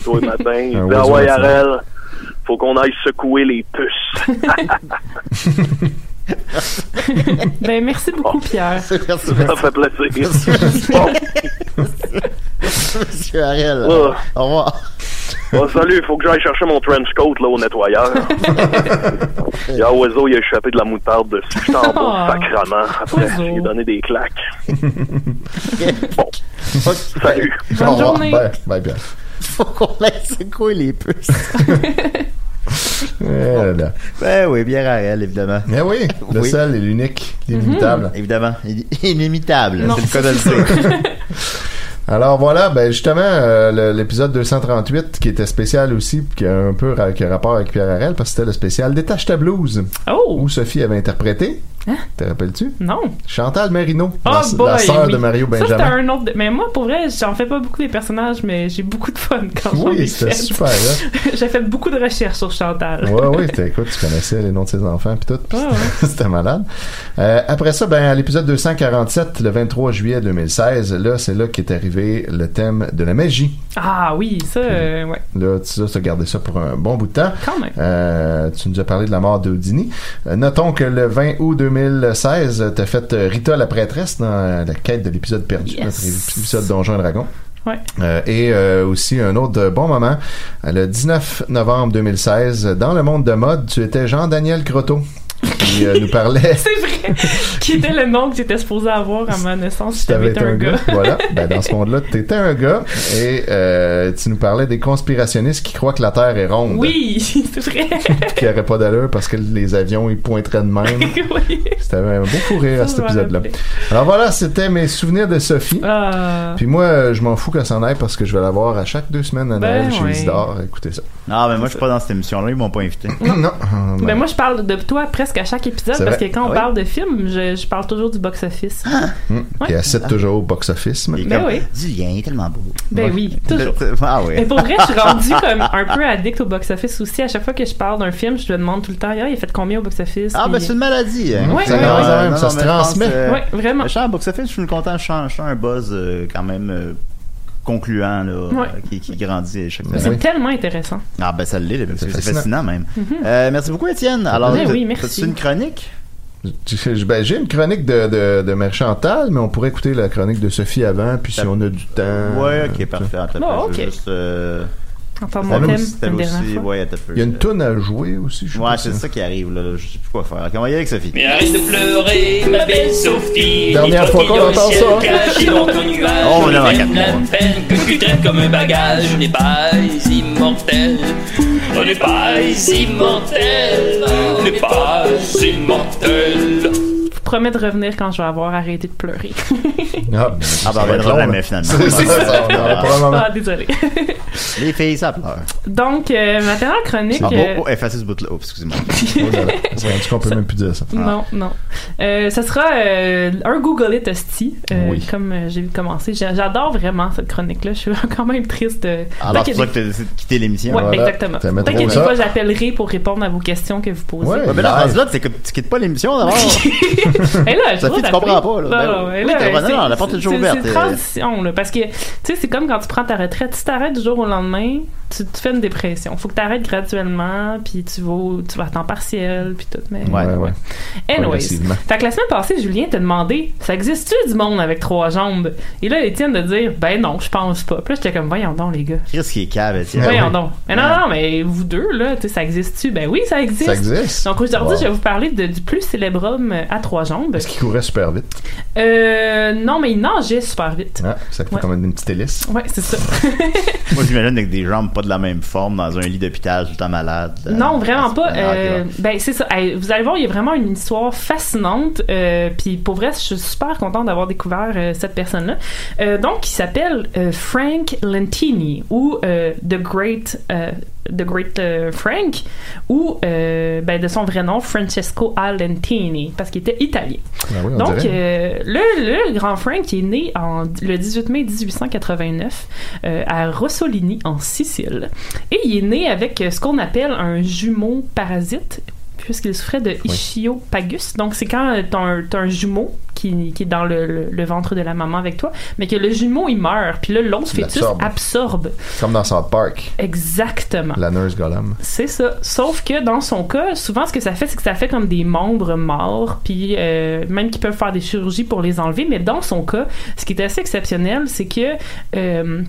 Speaker 9: Tous les matins, il
Speaker 8: Un
Speaker 9: dit Ah
Speaker 8: oiseau
Speaker 9: ouais,
Speaker 8: matinal.
Speaker 9: Yarel, faut qu'on aille secouer les
Speaker 8: *laughs*
Speaker 9: puces.
Speaker 7: ben, merci beaucoup, Pierre.
Speaker 9: Ça fait plaisir. Bon.
Speaker 6: Monsieur Harel.
Speaker 9: Oh.
Speaker 6: Au revoir. *laughs*
Speaker 9: Bon, ah, salut, faut que j'aille chercher mon trench coat là, au
Speaker 8: *laughs*
Speaker 9: nettoyeur. Il y a un Oiseau, il a échappé de la moutarde dessus. Je t'en
Speaker 10: Oh.
Speaker 9: sacrement. Après, il a donné des claques.
Speaker 6: Bon.
Speaker 9: Salut.
Speaker 6: Bonne Au revoir. journée. Bye.
Speaker 8: Bye, Pierre.
Speaker 6: Faut qu'on laisse secouer les puces.
Speaker 8: Eh là.
Speaker 6: Ben oui, bien Harel, évidemment. Mhm.
Speaker 8: Ben oui, le seul et l'unique, l'inimitable.
Speaker 6: Évidemment, il- *laughs* inimitable.
Speaker 8: Non,
Speaker 6: C'est le cas
Speaker 8: c'est
Speaker 6: de le dire.
Speaker 8: Alors voilà, ben justement, euh, le- l'épisode 238 qui était spécial aussi, puis qui a un peu ra- qui a rapport avec Pierre Harel, parce que c'était le spécial Détache ta blouse. Où Sophie avait interprété. Te rappelles-tu?
Speaker 7: Oh, Non.
Speaker 8: Chantal Marino,
Speaker 7: Oh
Speaker 8: la,
Speaker 7: boy,
Speaker 8: la sœur
Speaker 7: oui.
Speaker 8: de Mario
Speaker 7: Ça, c'était
Speaker 8: Benjamin.
Speaker 7: un autre. Mais moi, pour vrai, j'en fais pas beaucoup des personnages, mais j'ai beaucoup de fun quand j'en
Speaker 8: Oui,
Speaker 7: ai
Speaker 8: c'était
Speaker 7: fait.
Speaker 8: super, hein?
Speaker 7: *laughs* j'ai fait beaucoup de recherches sur Chantal.
Speaker 8: ouais, ouais, t'as- écoute, tu connaissais les noms de ses enfants puis tout. puis
Speaker 7: Ouais,
Speaker 8: c'était- *laughs* C'était malade. Euh, après ça, ben, à l'épisode 247, le 23 juillet 2016, là, c'est là qu'est arrivé le thème de la magie.
Speaker 7: Ah oui, ça, euh, ouais.
Speaker 8: Là, tu as gardé ça pour un bon bout de temps.
Speaker 7: Quand même.
Speaker 8: Euh, tu nous as parlé de la mort d'Houdini. Euh, notons que le 20 août 2016, t'as fait euh, Rita la prêtresse dans euh, la quête de l'épisode perdu,
Speaker 7: Yes.
Speaker 8: notre épisode Donjon et Dragon.
Speaker 7: Ouais.
Speaker 8: Euh, et euh, aussi un autre euh, bon moment, euh, le 19 novembre 2016, euh, dans le monde de mode, tu étais Jean-Daniel Croteau qui euh, nous
Speaker 7: *laughs*
Speaker 8: parlait.
Speaker 7: C'est vrai. Qui était le nom que j'étais supposé avoir à ma naissance si
Speaker 8: Tu avais
Speaker 7: t'avais
Speaker 8: été un gars. voilà. Ben, dans ce monde-là, tu étais un gars et euh, tu nous parlais des conspirationnistes qui croient que la Terre est ronde.
Speaker 7: Oui, *laughs* c'est vrai.
Speaker 8: Puis qu'il n'y aurait pas d'allure parce que les avions, ils pointeraient
Speaker 9: *laughs*
Speaker 8: de même. C'était un beau fou rire à
Speaker 7: Ça,
Speaker 8: cet
Speaker 7: je m'en
Speaker 8: épisode-là.
Speaker 7: rappelais.
Speaker 8: Alors voilà, c'était mes souvenirs de Sophie.
Speaker 7: Ah,
Speaker 8: Puis moi, euh, je m'en fous qu'elle s'en aille parce que je vais la voir à chaque deux semaines à
Speaker 7: Ben
Speaker 8: Noël chez
Speaker 7: ouais.
Speaker 8: Isidore. Écoutez ça.
Speaker 6: Non, mais moi, je suis pas dans cette émission-là. Ils m'ont pas invité.
Speaker 8: non.
Speaker 7: Ben moi, je parle de toi presque à chaque épisode
Speaker 8: C'est
Speaker 7: parce
Speaker 8: vrai.
Speaker 7: que quand on
Speaker 8: Ah oui?
Speaker 7: parle de films, je, je parle toujours du box-office.
Speaker 6: Ah,
Speaker 8: Puis elle cite toujours au box-office. mais-
Speaker 7: Ben oui.
Speaker 6: Du lien, tellement beau.
Speaker 7: Ben
Speaker 8: Ouais.
Speaker 7: oui, toujours.
Speaker 6: Ah oui.
Speaker 7: Mais pour vrai,
Speaker 6: *laughs*
Speaker 7: je suis rendue comme un peu addict au box-office aussi. À chaque fois que je parle d'un film, je me demande tout le temps, Ah, il a fait combien au box-office?
Speaker 6: Ah, ben
Speaker 7: Puis-
Speaker 6: c'est une maladie. hein.
Speaker 7: Ouais, ouais,
Speaker 6: Ça,
Speaker 7: ouais.
Speaker 6: non,
Speaker 8: ouais,
Speaker 6: non,
Speaker 8: ça
Speaker 6: non,
Speaker 8: se
Speaker 6: mais je pense,
Speaker 8: transmet.
Speaker 6: euh,
Speaker 7: Ouais, vraiment.
Speaker 6: mais Je suis en box-office, je suis content. Je suis en- je suis en un buzz euh, quand même euh, concluant là,
Speaker 7: Ouais.
Speaker 6: euh, qui, qui grandit chaque
Speaker 7: C'est
Speaker 6: semaine.
Speaker 7: tellement intéressant.
Speaker 6: Ah, ben ça l'est, le box-office. c'est
Speaker 8: fascinant.
Speaker 6: fascinant même.
Speaker 7: Mhm.
Speaker 6: Euh, merci beaucoup, Étienne. Alors,
Speaker 7: Ben oui,
Speaker 6: t'as-
Speaker 7: merci.
Speaker 6: t'as-tu une chronique?
Speaker 8: Tu sais, je- ben, j'ai une chronique de, de, de Mère Chantal, mais on pourrait écouter la chronique de Sophie avant, puis si on a du temps.
Speaker 6: Ouais,
Speaker 8: euh,
Speaker 6: ok, parfait. Attends,
Speaker 7: Bon,
Speaker 6: je vais
Speaker 7: ok.
Speaker 6: juste, euh,
Speaker 7: Entendre
Speaker 6: t'avais
Speaker 7: mon thème
Speaker 6: aussi- t'avais
Speaker 7: une dernière
Speaker 6: aussi-
Speaker 7: fois.
Speaker 6: ouais, attends un peu,
Speaker 8: Il y a une
Speaker 6: euh,
Speaker 8: toune à jouer aussi. Je sais
Speaker 6: Ouais,
Speaker 8: pas
Speaker 6: c'est
Speaker 8: si-
Speaker 6: ça qui arrive, là. Je sais plus quoi faire. Ok, on va y aller avec Sophie.
Speaker 10: Mais arrête de pleurer, ma belle Sophie.
Speaker 6: Dernière
Speaker 10: Les
Speaker 6: fois
Speaker 10: coquilles
Speaker 6: qu'on
Speaker 10: dans le
Speaker 6: entend
Speaker 10: ciel
Speaker 6: ça.
Speaker 10: cachées dans ton nuage.
Speaker 6: Oh, là,
Speaker 10: Les
Speaker 6: quatre
Speaker 10: veines, la peine que tu traites comme un bagage. On n'est pas immortel. On n'est pas immortel. On n'est pas immortel.
Speaker 7: promets de revenir quand je vais avoir arrêté de pleurer.
Speaker 8: Ah,
Speaker 6: ah bah, on reviendra jamais finalement.
Speaker 8: C'est ça, on aura pas le moment.
Speaker 7: Ah, désolé.
Speaker 6: Les filles, ça pleure.
Speaker 7: Donc, euh, ma dernière chronique.
Speaker 6: Ah bon?
Speaker 7: euh,
Speaker 6: Oh, effacez ce bout-là. Oh, excusez-moi.
Speaker 8: C'est rendu qu'on peut même plus dire ça.
Speaker 6: Ah.
Speaker 7: Non, non. Euh, ça sera euh, un Google It Hostie, euh,
Speaker 8: Oui.
Speaker 7: comme euh, j'ai commencé. J'a- J'adore vraiment cette chronique-là. Je suis *laughs* quand même triste. euh,
Speaker 6: Alors, c'est
Speaker 7: t'inquiète-
Speaker 6: pour ça que t'as décidé de quitter l'émission.
Speaker 7: Ouais, exactement. T'inquiète pas, j'appellerai pour répondre à vos questions que vous posez.
Speaker 6: Ah, Ouais, mais là, rendu là, c'est que tu quittes pas l'émission *laughs* d'abord.
Speaker 7: Et là,
Speaker 6: Ça
Speaker 7: je
Speaker 6: fait, tu comprends pas, là. Ben
Speaker 7: Non, non,
Speaker 6: oui.
Speaker 7: mais
Speaker 6: Oui,
Speaker 7: là,
Speaker 6: t'as- non,
Speaker 7: c'est-
Speaker 6: non, la porte est toujours
Speaker 7: c'est-
Speaker 6: ouverte,
Speaker 7: C'est
Speaker 6: euh.
Speaker 7: une transition, là. Parce que, tu sais, c'est comme quand tu prends ta retraite. Si t'arrêtes du jour au lendemain, tu te fais une dépression. Faut que t'arrêtes graduellement, puis tu vas, tu vas à temps partiel, puis tout. Mais...
Speaker 8: Ouais, ouais.
Speaker 7: Anyways.
Speaker 8: Progressivement.
Speaker 7: Fait que la semaine passée, Julien t'a demandé ça existe-tu du monde avec trois jambes Et là, Étienne de dire ben non, je pense pas. Puis là, j'étais comme voyons donc, les gars.
Speaker 6: Chris qui est cave, Étienne.
Speaker 7: Voyons donc. Mais non, non, mais vous deux, là, tu sais, ça existe-tu Ben oui, ça existe.
Speaker 8: Ça existe.
Speaker 7: Donc aujourd'hui,
Speaker 8: Wow.
Speaker 7: je vais vous parler de- du plus célébrum à trois jambes.
Speaker 8: Qui courait super vite.
Speaker 7: Euh, non, mais il nageait super vite.
Speaker 8: Ah, ça fait
Speaker 7: Ouais.
Speaker 8: comme une petite hélice.
Speaker 7: Ouais, c'est ça.
Speaker 6: Moi, j'imagine avec des jambes pas de la même forme dans un lit d'hôpital tout le temps malade. Euh,
Speaker 7: non, vraiment pas.
Speaker 6: ah,
Speaker 7: Euh, ben, c'est ça. Hey, Vous allez voir, il y a vraiment une histoire fascinante. Euh, Puis pour vrai, je suis super contente d'avoir découvert euh, cette personne-là. Euh, donc, il s'appelle euh, Frank Lentini ou euh, The Great. euh, The Great euh, Frank ou euh, ben, de son vrai nom Francesco Alentini parce qu'il était italien.
Speaker 8: Ah oui, on
Speaker 7: Donc,
Speaker 8: dirait.
Speaker 7: euh, le, le grand Frank qui est né en, le 18 mai 1889 euh, à Rossolini, en Sicile. Et il est né avec euh, ce qu'on appelle un jumeau parasite, puisqu'il souffrait de Ichiopagus. Donc, c'est quand euh, t'as un, t'as un jumeau qui, qui est dans le, le- le ventre de la maman avec toi, mais que le jumeau, il meurt. Puis là, l'autre
Speaker 8: Il
Speaker 7: fœtus
Speaker 8: l'absorbe.
Speaker 7: absorbe.
Speaker 8: Comme dans South Park,
Speaker 7: Exactement.
Speaker 8: la nurse Gollum.
Speaker 7: C'est ça. Sauf que dans son cas, souvent ce que ça fait, c'est que ça fait comme des membres morts, puis euh, même qu'ils peuvent faire des chirurgies pour les enlever. Mais dans son cas, ce qui est assez exceptionnel, c'est que euh,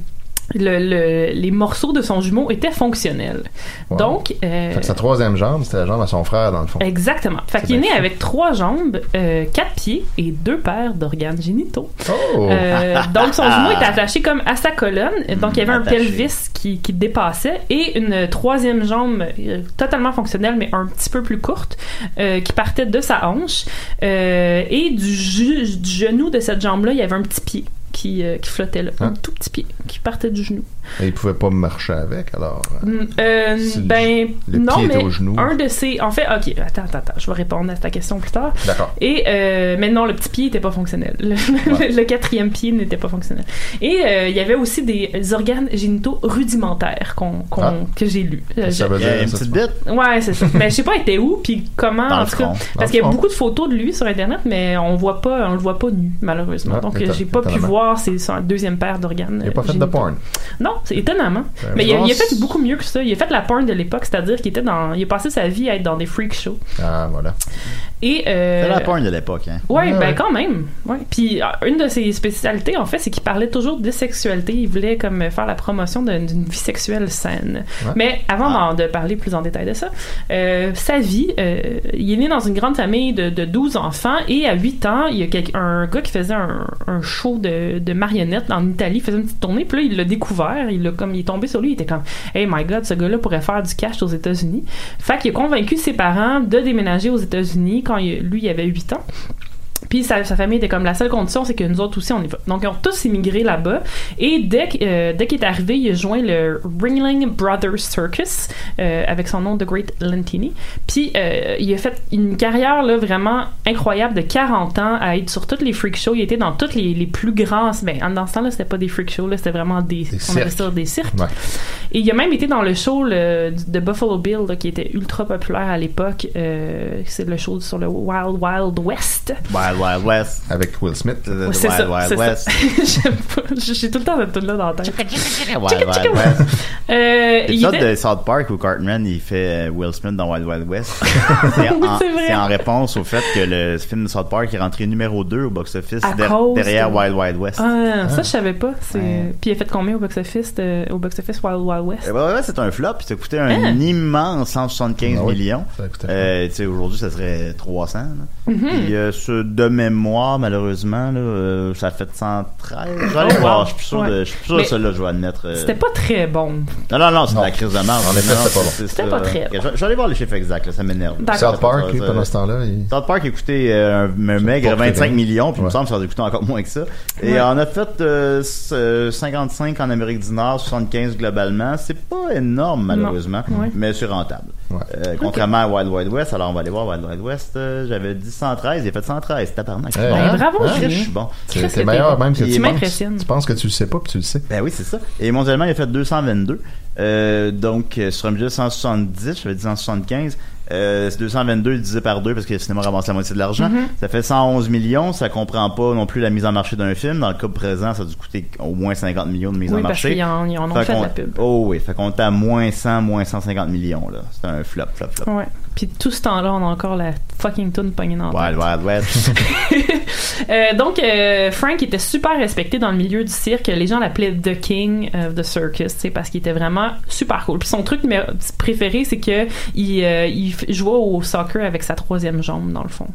Speaker 7: le- le- les morceaux de son jumeau étaient fonctionnels.
Speaker 8: Wow.
Speaker 7: Donc, euh,
Speaker 8: Fait que sa troisième jambe, c'était la jambe à son frère, dans le fond.
Speaker 7: Exactement. Fait
Speaker 8: C'est
Speaker 7: qu'il est
Speaker 8: bien
Speaker 7: né
Speaker 8: fou.
Speaker 7: avec trois jambes, euh, quatre pieds et deux paires d'organes génitaux.
Speaker 8: Oh!
Speaker 7: Euh, donc
Speaker 8: *laughs*
Speaker 7: son genou était attaché comme à sa colonne. Et Donc il y avait
Speaker 8: Attaché.
Speaker 7: un pelvis qui, qui dépassait et une troisième jambe euh, totalement fonctionnelle mais un petit peu plus courte euh, qui partait de sa hanche Euh, et du, ju- du genou de cette jambe là il y avait un petit pied qui, euh, qui flottait là,
Speaker 8: Hein?
Speaker 7: un tout petit pied qui partait du genou.
Speaker 8: Et il pouvait pas marcher avec, alors.
Speaker 7: Mm, euh,
Speaker 8: C'est le
Speaker 7: ben
Speaker 8: le
Speaker 7: non
Speaker 8: pied était
Speaker 7: mais
Speaker 8: au genou.
Speaker 7: un de ces en fait ok attends attends attends je vais répondre à ta question plus tard.
Speaker 8: D'accord.
Speaker 7: Et euh, mais non, le petit pied n'était pas fonctionnel. Le, le quatrième pied n'était pas fonctionnel. Et euh, il y avait aussi des organes génitaux rudimentaires qu'on, qu'on-
Speaker 8: Ah.
Speaker 7: que j'ai lu. Euh,
Speaker 8: Ça
Speaker 7: je-
Speaker 8: veut dire- Il y a une ça, petite tu vois.
Speaker 7: Ouais, c'est
Speaker 8: *laughs*
Speaker 7: ça. Mais je sais pas, elle était où, puis comment.
Speaker 8: Dans
Speaker 7: en
Speaker 8: le
Speaker 7: tout cas,
Speaker 8: front. Dans le
Speaker 7: parce qu'il y a
Speaker 8: front.
Speaker 7: beaucoup de photos de lui sur Internet, mais on voit pas, on le voit pas nu, malheureusement.
Speaker 8: Ah,
Speaker 7: Donc
Speaker 8: éton-
Speaker 7: euh, j'ai pas pu
Speaker 8: étonnamment.
Speaker 7: voir ses, son deuxième paire d'organes.
Speaker 8: Il a pas
Speaker 7: euh,
Speaker 8: fait de
Speaker 7: génitaux.
Speaker 8: porn.
Speaker 7: Non, c'est étonnamment.
Speaker 8: Ben,
Speaker 7: mais il a,
Speaker 8: bon,
Speaker 7: il a fait
Speaker 8: c'est-
Speaker 7: beaucoup mieux que ça. Il a fait la porn de l'époque, c'est-à-dire qu'il était dans, il a passé sa vie à être dans des freak shows.
Speaker 8: Ah, voilà.
Speaker 7: Et euh,
Speaker 6: C'était la porn de l'époque, hein.
Speaker 7: Ouais, ben quand même. Ouais. Puis euh, une de ses spécialités, en fait, c'est qu'il parlait toujours de sexualité. Il voulait comme euh, faire la promotion d'un- d'une vie sexuelle saine.
Speaker 2: Ouais.
Speaker 7: Mais avant d'en- de parler plus en détail de ça, euh, sa vie, euh, il est né dans une grande famille de, de 12 enfants et à 8 ans, il y a quelqu'un- un gars qui faisait un, un show de, de marionnettes en Italie, il faisait une petite tournée, puis là, il l'a découvert, il, l'a comme, il est tombé sur lui, il était comme « Hey my God, ce gars-là pourrait faire du cash aux États-Unis ». Fait qu'il a convaincu ses parents de déménager aux États-Unis quand il- lui, il avait 8 ans. Puis sa, sa famille était comme la seule condition, c'est que nous autres aussi on y va. Donc ils ont tous immigré là-bas. Et dès, que- euh, dès qu'il est arrivé, il a joint le Ringling Brothers Circus euh, avec son nom de Great Lentini. Puis euh, il a fait une carrière là, vraiment incroyable de 40 ans à être sur toutes les freak shows. Il était dans toutes les, les plus grands. Ben, dans ce temps-là, c'était pas des freak shows, là, c'était vraiment des, on appelait
Speaker 8: cirques.
Speaker 7: ça des cirques.
Speaker 8: Ouais.
Speaker 7: Et il a même été dans le show le- du- de Buffalo Bill, là, qui était ultra populaire à l'époque. Euh, c'est le show sur le Wild Wild West.
Speaker 6: Wild Wild West.
Speaker 8: Avec Will Smith.
Speaker 6: Wild
Speaker 7: c'est ça,
Speaker 6: Wild
Speaker 7: c'est ça.
Speaker 6: West.
Speaker 7: *laughs* J'aime pas. J'ai j'ai tout le temps cette tune là dans la tête.
Speaker 6: Wild Wild West.
Speaker 7: Euh, il
Speaker 6: L'épisode
Speaker 7: était-
Speaker 6: de South Park où Cartman il fait euh, Will Smith dans Wild Wild West.
Speaker 7: *laughs*
Speaker 6: c'est,
Speaker 7: Oui,
Speaker 6: en,
Speaker 7: c'est vrai.
Speaker 6: c'est en réponse au fait que le film de South Park est rentré numéro 2 au box-office
Speaker 7: À
Speaker 6: der-
Speaker 7: cause
Speaker 6: derrière
Speaker 7: de-
Speaker 6: Wild Wild West. Ah.
Speaker 7: Ah, ça je savais pas. C'est- Puis il a fait combien au box office au box office Wild Wild Wild
Speaker 6: Eh ben ouais, ouais, c'est un flop. puis Ça coûtait un
Speaker 7: Hein?
Speaker 6: immense 175
Speaker 8: Ben
Speaker 7: Ah ouais,
Speaker 6: millions.
Speaker 7: ça a coûté un
Speaker 6: Euh, tu sais, aujourd'hui, ça serait 300. là.
Speaker 7: Mhm.
Speaker 6: Puis, euh, ce de mémoire, malheureusement, là, euh, ça a fait 113. Je vais aller
Speaker 7: Oh,
Speaker 6: voir.
Speaker 7: wow.
Speaker 6: Je suis plus sûr
Speaker 7: Ouais.
Speaker 6: de, je suis plus sûr de
Speaker 7: Mais
Speaker 6: celle-là, je vais admettre. euh,
Speaker 7: C'était pas très bon.
Speaker 6: Non, non, non, c'est la crise de marge.
Speaker 8: En effet,
Speaker 6: Non,
Speaker 8: c'était pas bon.
Speaker 6: c'est- c'est
Speaker 7: C'était
Speaker 6: ça.
Speaker 7: pas très
Speaker 6: Je, je vais aller voir les chiffres exacts, là, ça m'énerve.
Speaker 7: D'accord. South
Speaker 8: Park,
Speaker 6: Ça-
Speaker 8: lui,
Speaker 6: ça-
Speaker 8: pendant ce temps-là, il-
Speaker 6: South Park a coûté euh, un, un maigre
Speaker 8: porte
Speaker 6: 25
Speaker 8: rien.
Speaker 6: millions, puis il me
Speaker 8: Ouais.
Speaker 6: semble que ça a coûté encore moins que ça. Et
Speaker 8: Ouais.
Speaker 6: on a fait euh, c- euh, 55 en Amérique du Nord, 75 globalement. C'est pas énorme, malheureusement,
Speaker 8: Non. Ouais.
Speaker 6: mais c'est rentable. Euh, contrairement à Wild Wild West, alors on va aller voir Wild Wild West. euh, J'avais dit 113, il a fait 113, tabarnak.
Speaker 8: Eh,
Speaker 6: Bon.
Speaker 8: hein?
Speaker 6: Ah,
Speaker 8: Hein?
Speaker 6: Je suis bon.
Speaker 8: C'est c'est meilleur même que
Speaker 6: Il
Speaker 8: tu
Speaker 6: est
Speaker 8: penses.
Speaker 6: impressionne.
Speaker 8: Tu penses que tu le sais pas, puis tu le sais.
Speaker 6: Ben oui, c'est ça. Et mondialement, il a fait 222. Euh, donc, euh, sur un budget de 170, j'avais dit 175. Euh, c'est 222 divisé par 2 parce que le cinéma ramasse la moitié de l'argent.
Speaker 8: Mhm.
Speaker 7: Mm-hmm.
Speaker 6: Ça fait 111 millions. Ça comprend pas non plus la mise en marché d'un film. Dans le cas présent, ça a dû coûter au moins 50 millions de mise
Speaker 7: Oui,
Speaker 6: en
Speaker 7: parce
Speaker 6: marché.
Speaker 7: qu'ils en- ils en ont fait de
Speaker 6: qu'on-
Speaker 7: la pub.
Speaker 6: Oh oui, fait qu'on était à moins 100, moins 150 millions. là. C'est un flop, flop, flop.
Speaker 7: Ouais. Puis tout ce temps-là, on a encore la fucking toune pognée dans la
Speaker 6: Wild Wild
Speaker 7: *laughs*
Speaker 6: West.
Speaker 7: Euh, donc, euh, Frank était super respecté dans le milieu du cirque. Les gens l'appelaient The King of the Circus, tu sais, parce qu'il était vraiment super cool. Puis son truc mé- préféré, c'est que il, euh, il f- jouait au soccer avec sa troisième jambe, dans le fond.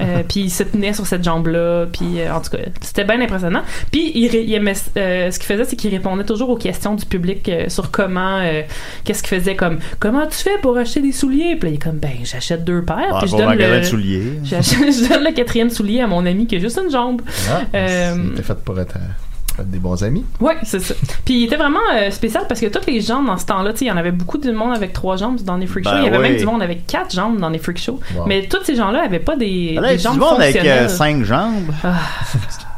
Speaker 7: Euh, puis il se tenait sur cette jambe-là. Puis, euh, en tout cas, c'était bien impressionnant. Puis, il, ré- il aimait- euh, ce qu'il faisait, c'est qu'il répondait toujours aux questions du public euh, sur comment, euh, qu'est-ce qu'il faisait, comme, comment tu fais pour acheter des souliers? Puis là, il est comme, ben, j'achète deux paires.
Speaker 6: Ah,
Speaker 7: puis je
Speaker 6: bon
Speaker 7: donne
Speaker 6: magasin
Speaker 7: le...
Speaker 6: de souliers.
Speaker 7: J'achète- je donne le quatrième soulier à mon ami qui a juste une jambe.
Speaker 6: Ah,
Speaker 7: Euh,
Speaker 8: T'es fait pour être, euh, être des bons amis.
Speaker 7: ouais, c'est ça. Puis il était vraiment euh, spécial parce que toutes les jambes dans ce temps-là, tu sais, il y en avait beaucoup de monde avec trois jambes dans les freak
Speaker 6: Ben
Speaker 7: shows. il y avait
Speaker 6: oui.
Speaker 7: même du monde avec quatre jambes dans les freak shows.
Speaker 6: Wow.
Speaker 7: Mais tous ces gens-là avaient pas des,
Speaker 6: Là,
Speaker 7: des
Speaker 6: il y a
Speaker 7: jambes
Speaker 6: du monde avec
Speaker 7: fonctionnelles.
Speaker 6: euh, cinq jambes.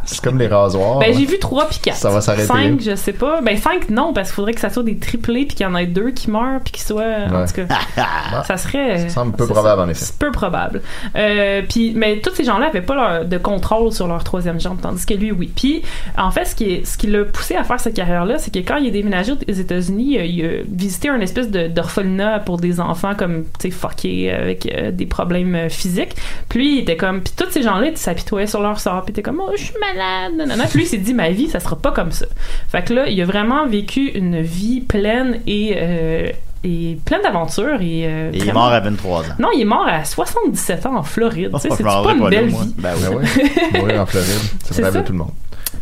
Speaker 8: C'est comme les rasoirs.
Speaker 7: Ben,
Speaker 8: là.
Speaker 7: j'ai vu 3 puis 4.
Speaker 8: Ça va s'arrêter,
Speaker 7: 5,
Speaker 8: là.
Speaker 7: je sais pas. Ben, 5, non, parce qu'il faudrait que ça soit des triplés puis qu'il y en ait deux qui meurent puis qu'ils soient. En
Speaker 8: Ouais.
Speaker 7: tout
Speaker 6: *laughs*
Speaker 7: cas, ça serait.
Speaker 8: Ça semble peu
Speaker 7: c'est
Speaker 8: probable,
Speaker 7: ça.
Speaker 8: en effet.
Speaker 7: C'est peu probable. Euh, puis, mais tous ces gens-là avaient pas leur- de contrôle sur leur troisième jambe, tandis que lui, oui. Puis, en fait, ce qui, est- ce qui l'a poussé à faire cette carrière-là, c'est que quand il est déménagé aux États-Unis, euh, il a visité un espèce de- d'orphelinat pour des enfants comme, tu sais, fuckés avec euh, des problèmes euh, physiques. Puis lui, il était comme. Puis tous ces gens-là, ils s'apitoyaient sur leur sort. Puis il était comme, oh, je suis malade. nanana. Puis lui, il s'est dit, ma vie, ça sera pas comme ça. Fait que là, il a vraiment vécu une vie pleine et. euh, et pleine d'aventures et, euh,
Speaker 6: Et il est
Speaker 7: vraiment-
Speaker 6: mort à 23 ans.
Speaker 7: non, il est mort à 77 ans en Floride.
Speaker 6: *laughs*
Speaker 7: Tu sais,
Speaker 6: Oh,
Speaker 7: c'est
Speaker 6: je m'en
Speaker 7: pas
Speaker 6: rendrais
Speaker 7: une
Speaker 6: là,
Speaker 7: belle
Speaker 6: moi.
Speaker 7: vie.
Speaker 6: Ben oui.
Speaker 7: *laughs*
Speaker 8: oui. Mourir en Floride, c'est
Speaker 7: C'est
Speaker 8: le rêve
Speaker 7: ça.
Speaker 8: de tout le monde.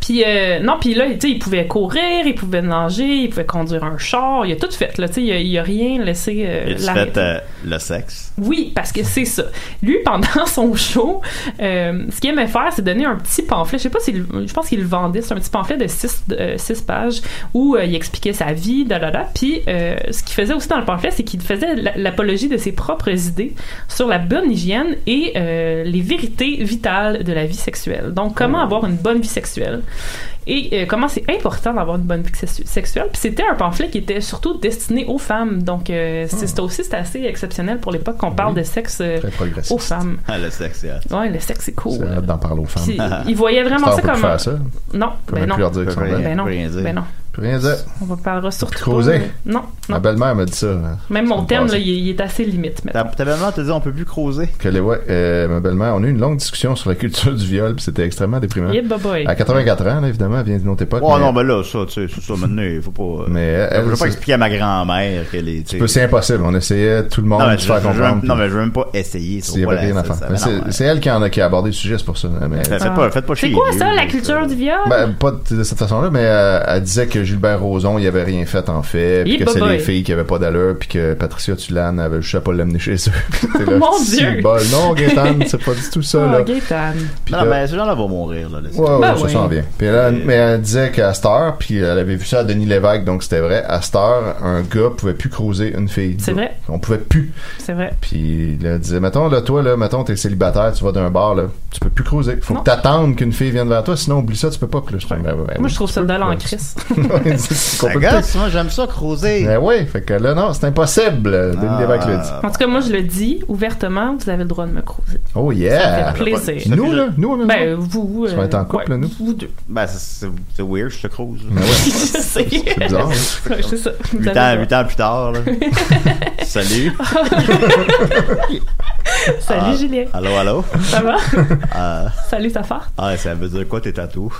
Speaker 7: Puis euh, non, puis là, tu sais, il pouvait courir, il pouvait nager, il pouvait conduire un char, il a tout fait. Là, tu sais, il, a- il a rien laissé. euh,
Speaker 6: Et tu
Speaker 7: l'arrêter.
Speaker 6: fais euh, le sexe. *laughs*
Speaker 7: Oui, parce que c'est ça. Lui, pendant *laughs* son show, euh, ce qu'il aimait faire, c'est donner un petit pamphlet. Je sais pas si je pense qu'il le vendait. C'est un petit pamphlet de 6 pages où euh, il expliquait sa vie, da da da. Puis euh, ce qu'il faisait aussi dans le pamphlet, c'est qu'il faisait la- l'apologie de ses propres idées sur la bonne hygiène et euh, les vérités vitales de la vie sexuelle. Donc, comment avoir une bonne vie sexuelle et euh, comment c'est important d'avoir une bonne vie sexu- sexuelle. Puis c'était un pamphlet qui était surtout destiné aux femmes. Donc, euh, c'est- c'était aussi c'est assez exceptionnel pour l'époque qu'on parle de sexe euh,
Speaker 8: Très progressiste.
Speaker 7: aux femmes.
Speaker 6: Ah, le sexe, c'est
Speaker 7: Ouais, le sexe, c'est cool.
Speaker 8: C'est hâte d'en parler aux
Speaker 7: Puis,
Speaker 6: Ah.
Speaker 8: femmes.
Speaker 7: ils voyaient vraiment
Speaker 8: Star
Speaker 7: ça
Speaker 8: peut
Speaker 7: comme.
Speaker 8: plus faire ça.
Speaker 7: Non,
Speaker 8: Peut
Speaker 7: ben
Speaker 8: même
Speaker 7: non.
Speaker 8: plus leur dire qu'ils sont
Speaker 7: Ben
Speaker 8: bien.
Speaker 7: non.
Speaker 8: Peut rien dire.
Speaker 7: Ben non.
Speaker 8: Peut rien dire.
Speaker 7: On va parlera surtout. pas-
Speaker 8: creuser.
Speaker 7: Non,
Speaker 8: Ma
Speaker 7: non.
Speaker 8: belle-mère m'a dit ça. hein.
Speaker 7: Même mon
Speaker 8: me
Speaker 7: thème,
Speaker 8: passe.
Speaker 7: là, il, est- il est assez limite maintenant.
Speaker 6: Ta belle-mère te dit on peut plus creuser.
Speaker 8: Que les, ouais, euh, ma belle-mère, on a eu une longue discussion sur la culture du viol, puis c'était extrêmement déprimant.
Speaker 7: Yeah, bye bye.
Speaker 8: À 84 ans, là, évidemment, elle vient d'une autre époque.
Speaker 6: Oh
Speaker 8: mais
Speaker 6: non, ben là, ça, tu sais, c'est ça, maintenant, il faut pas.
Speaker 8: Mais
Speaker 6: je
Speaker 8: elle,
Speaker 6: veux
Speaker 8: c'est-
Speaker 6: pas expliquer à ma grand-mère qu'elle est.
Speaker 8: peu, c'est impossible. On essayait tout le monde
Speaker 6: Non, mais
Speaker 8: de
Speaker 6: je,
Speaker 8: faire
Speaker 6: je- je-
Speaker 8: comprendre.
Speaker 6: non,
Speaker 8: puis
Speaker 6: mais je veux même pas essayer. ça,
Speaker 8: il y
Speaker 6: faut
Speaker 8: avait
Speaker 6: pas
Speaker 8: rien
Speaker 6: la-
Speaker 8: à
Speaker 6: ça,
Speaker 8: faire.
Speaker 6: ça-
Speaker 8: Mais
Speaker 6: non,
Speaker 8: c'est c'est elle qui en a qui a abordé le sujet, c'est pour ça. Mais...
Speaker 6: Faites pas- faites pas
Speaker 7: Ah. C'est
Speaker 6: chier,
Speaker 7: quoi
Speaker 6: les
Speaker 7: ça,
Speaker 6: vieux,
Speaker 7: la culture du viol?
Speaker 8: Ben, pas de cette façon-là, mais euh, elle disait que Gilbert Rozon, il avait rien fait en fait, ben, puis
Speaker 7: Hi,
Speaker 8: que c'est
Speaker 7: boboy.
Speaker 8: les filles qui avaient pas d'allure, puis que Patricia Tulane avait juste à pas l'amener chez eux. *laughs* T'es là,
Speaker 7: Mon
Speaker 8: si
Speaker 7: Dieu!
Speaker 8: bol. Non, Gaétan, c'est pas du tout ça.
Speaker 7: Oh,
Speaker 8: là.
Speaker 7: Gaétan.
Speaker 8: Puis
Speaker 6: Non, non,
Speaker 8: là-
Speaker 6: mais ces gens-là vont mourir, là. laissez-
Speaker 8: Ouais, ouais,
Speaker 6: Ben
Speaker 8: ça
Speaker 6: oui.
Speaker 8: s'en vient. Puis elle, mais elle disait qu'à cette heure, puis elle avait vu ça à Denis Lévesque, donc c'était vrai, à cette heure, un gars pouvait plus croiser une fille.
Speaker 7: C'est vrai.
Speaker 8: On pouvait plus.
Speaker 7: C'est vrai.
Speaker 8: Puis là, elle disait, mettons, là, toi, là, mettons, t'es célibataire, tu vas d'un bar, là, tu peux plus croiser. Faut
Speaker 7: Non.
Speaker 8: que t'attendes qu'une fille vienne vers toi, sinon oublie ça, tu peux pas. Puis là, je trouve, ben, ben,
Speaker 7: Moi, je
Speaker 8: oui.
Speaker 7: trouve ça de en crise.
Speaker 8: Ouais, c'est- c'est
Speaker 6: Ça
Speaker 8: complètement-
Speaker 6: gosse, moi, j'aime ça, creuser.
Speaker 8: Ben oui, fait que là, non, c'est impossible. euh, Denis
Speaker 6: Ah.
Speaker 8: Lévesque l'a dit.
Speaker 7: En tout cas, moi, je le dis ouvertement, vous avez le droit de me croiser.
Speaker 8: Oh yeah!
Speaker 7: Ça fait plaisir.
Speaker 8: Nous, là, nous, on a le droit.
Speaker 7: Ben, vous.
Speaker 8: Tu vas être en couple, là, nous?
Speaker 7: Vous deux.
Speaker 6: Ben, c'est- c'est c'est weird, je te creuse.
Speaker 7: *laughs* je
Speaker 8: *laughs*
Speaker 7: sais. C'est
Speaker 6: bizarre, hein?
Speaker 7: c'est ça. Vous
Speaker 6: 8
Speaker 7: avez
Speaker 6: ans,
Speaker 7: le
Speaker 6: huit ans Ah, plus tard, là.
Speaker 8: *laughs*
Speaker 6: Salut.
Speaker 7: droit. euh, Salut,
Speaker 6: Ah,
Speaker 7: Julien.
Speaker 6: Allô, *laughs* allô.
Speaker 7: Ça
Speaker 8: *laughs*
Speaker 7: va?
Speaker 6: Ah,
Speaker 7: Salut, ça farte?
Speaker 6: ah, ça veut dire quoi tes tatous?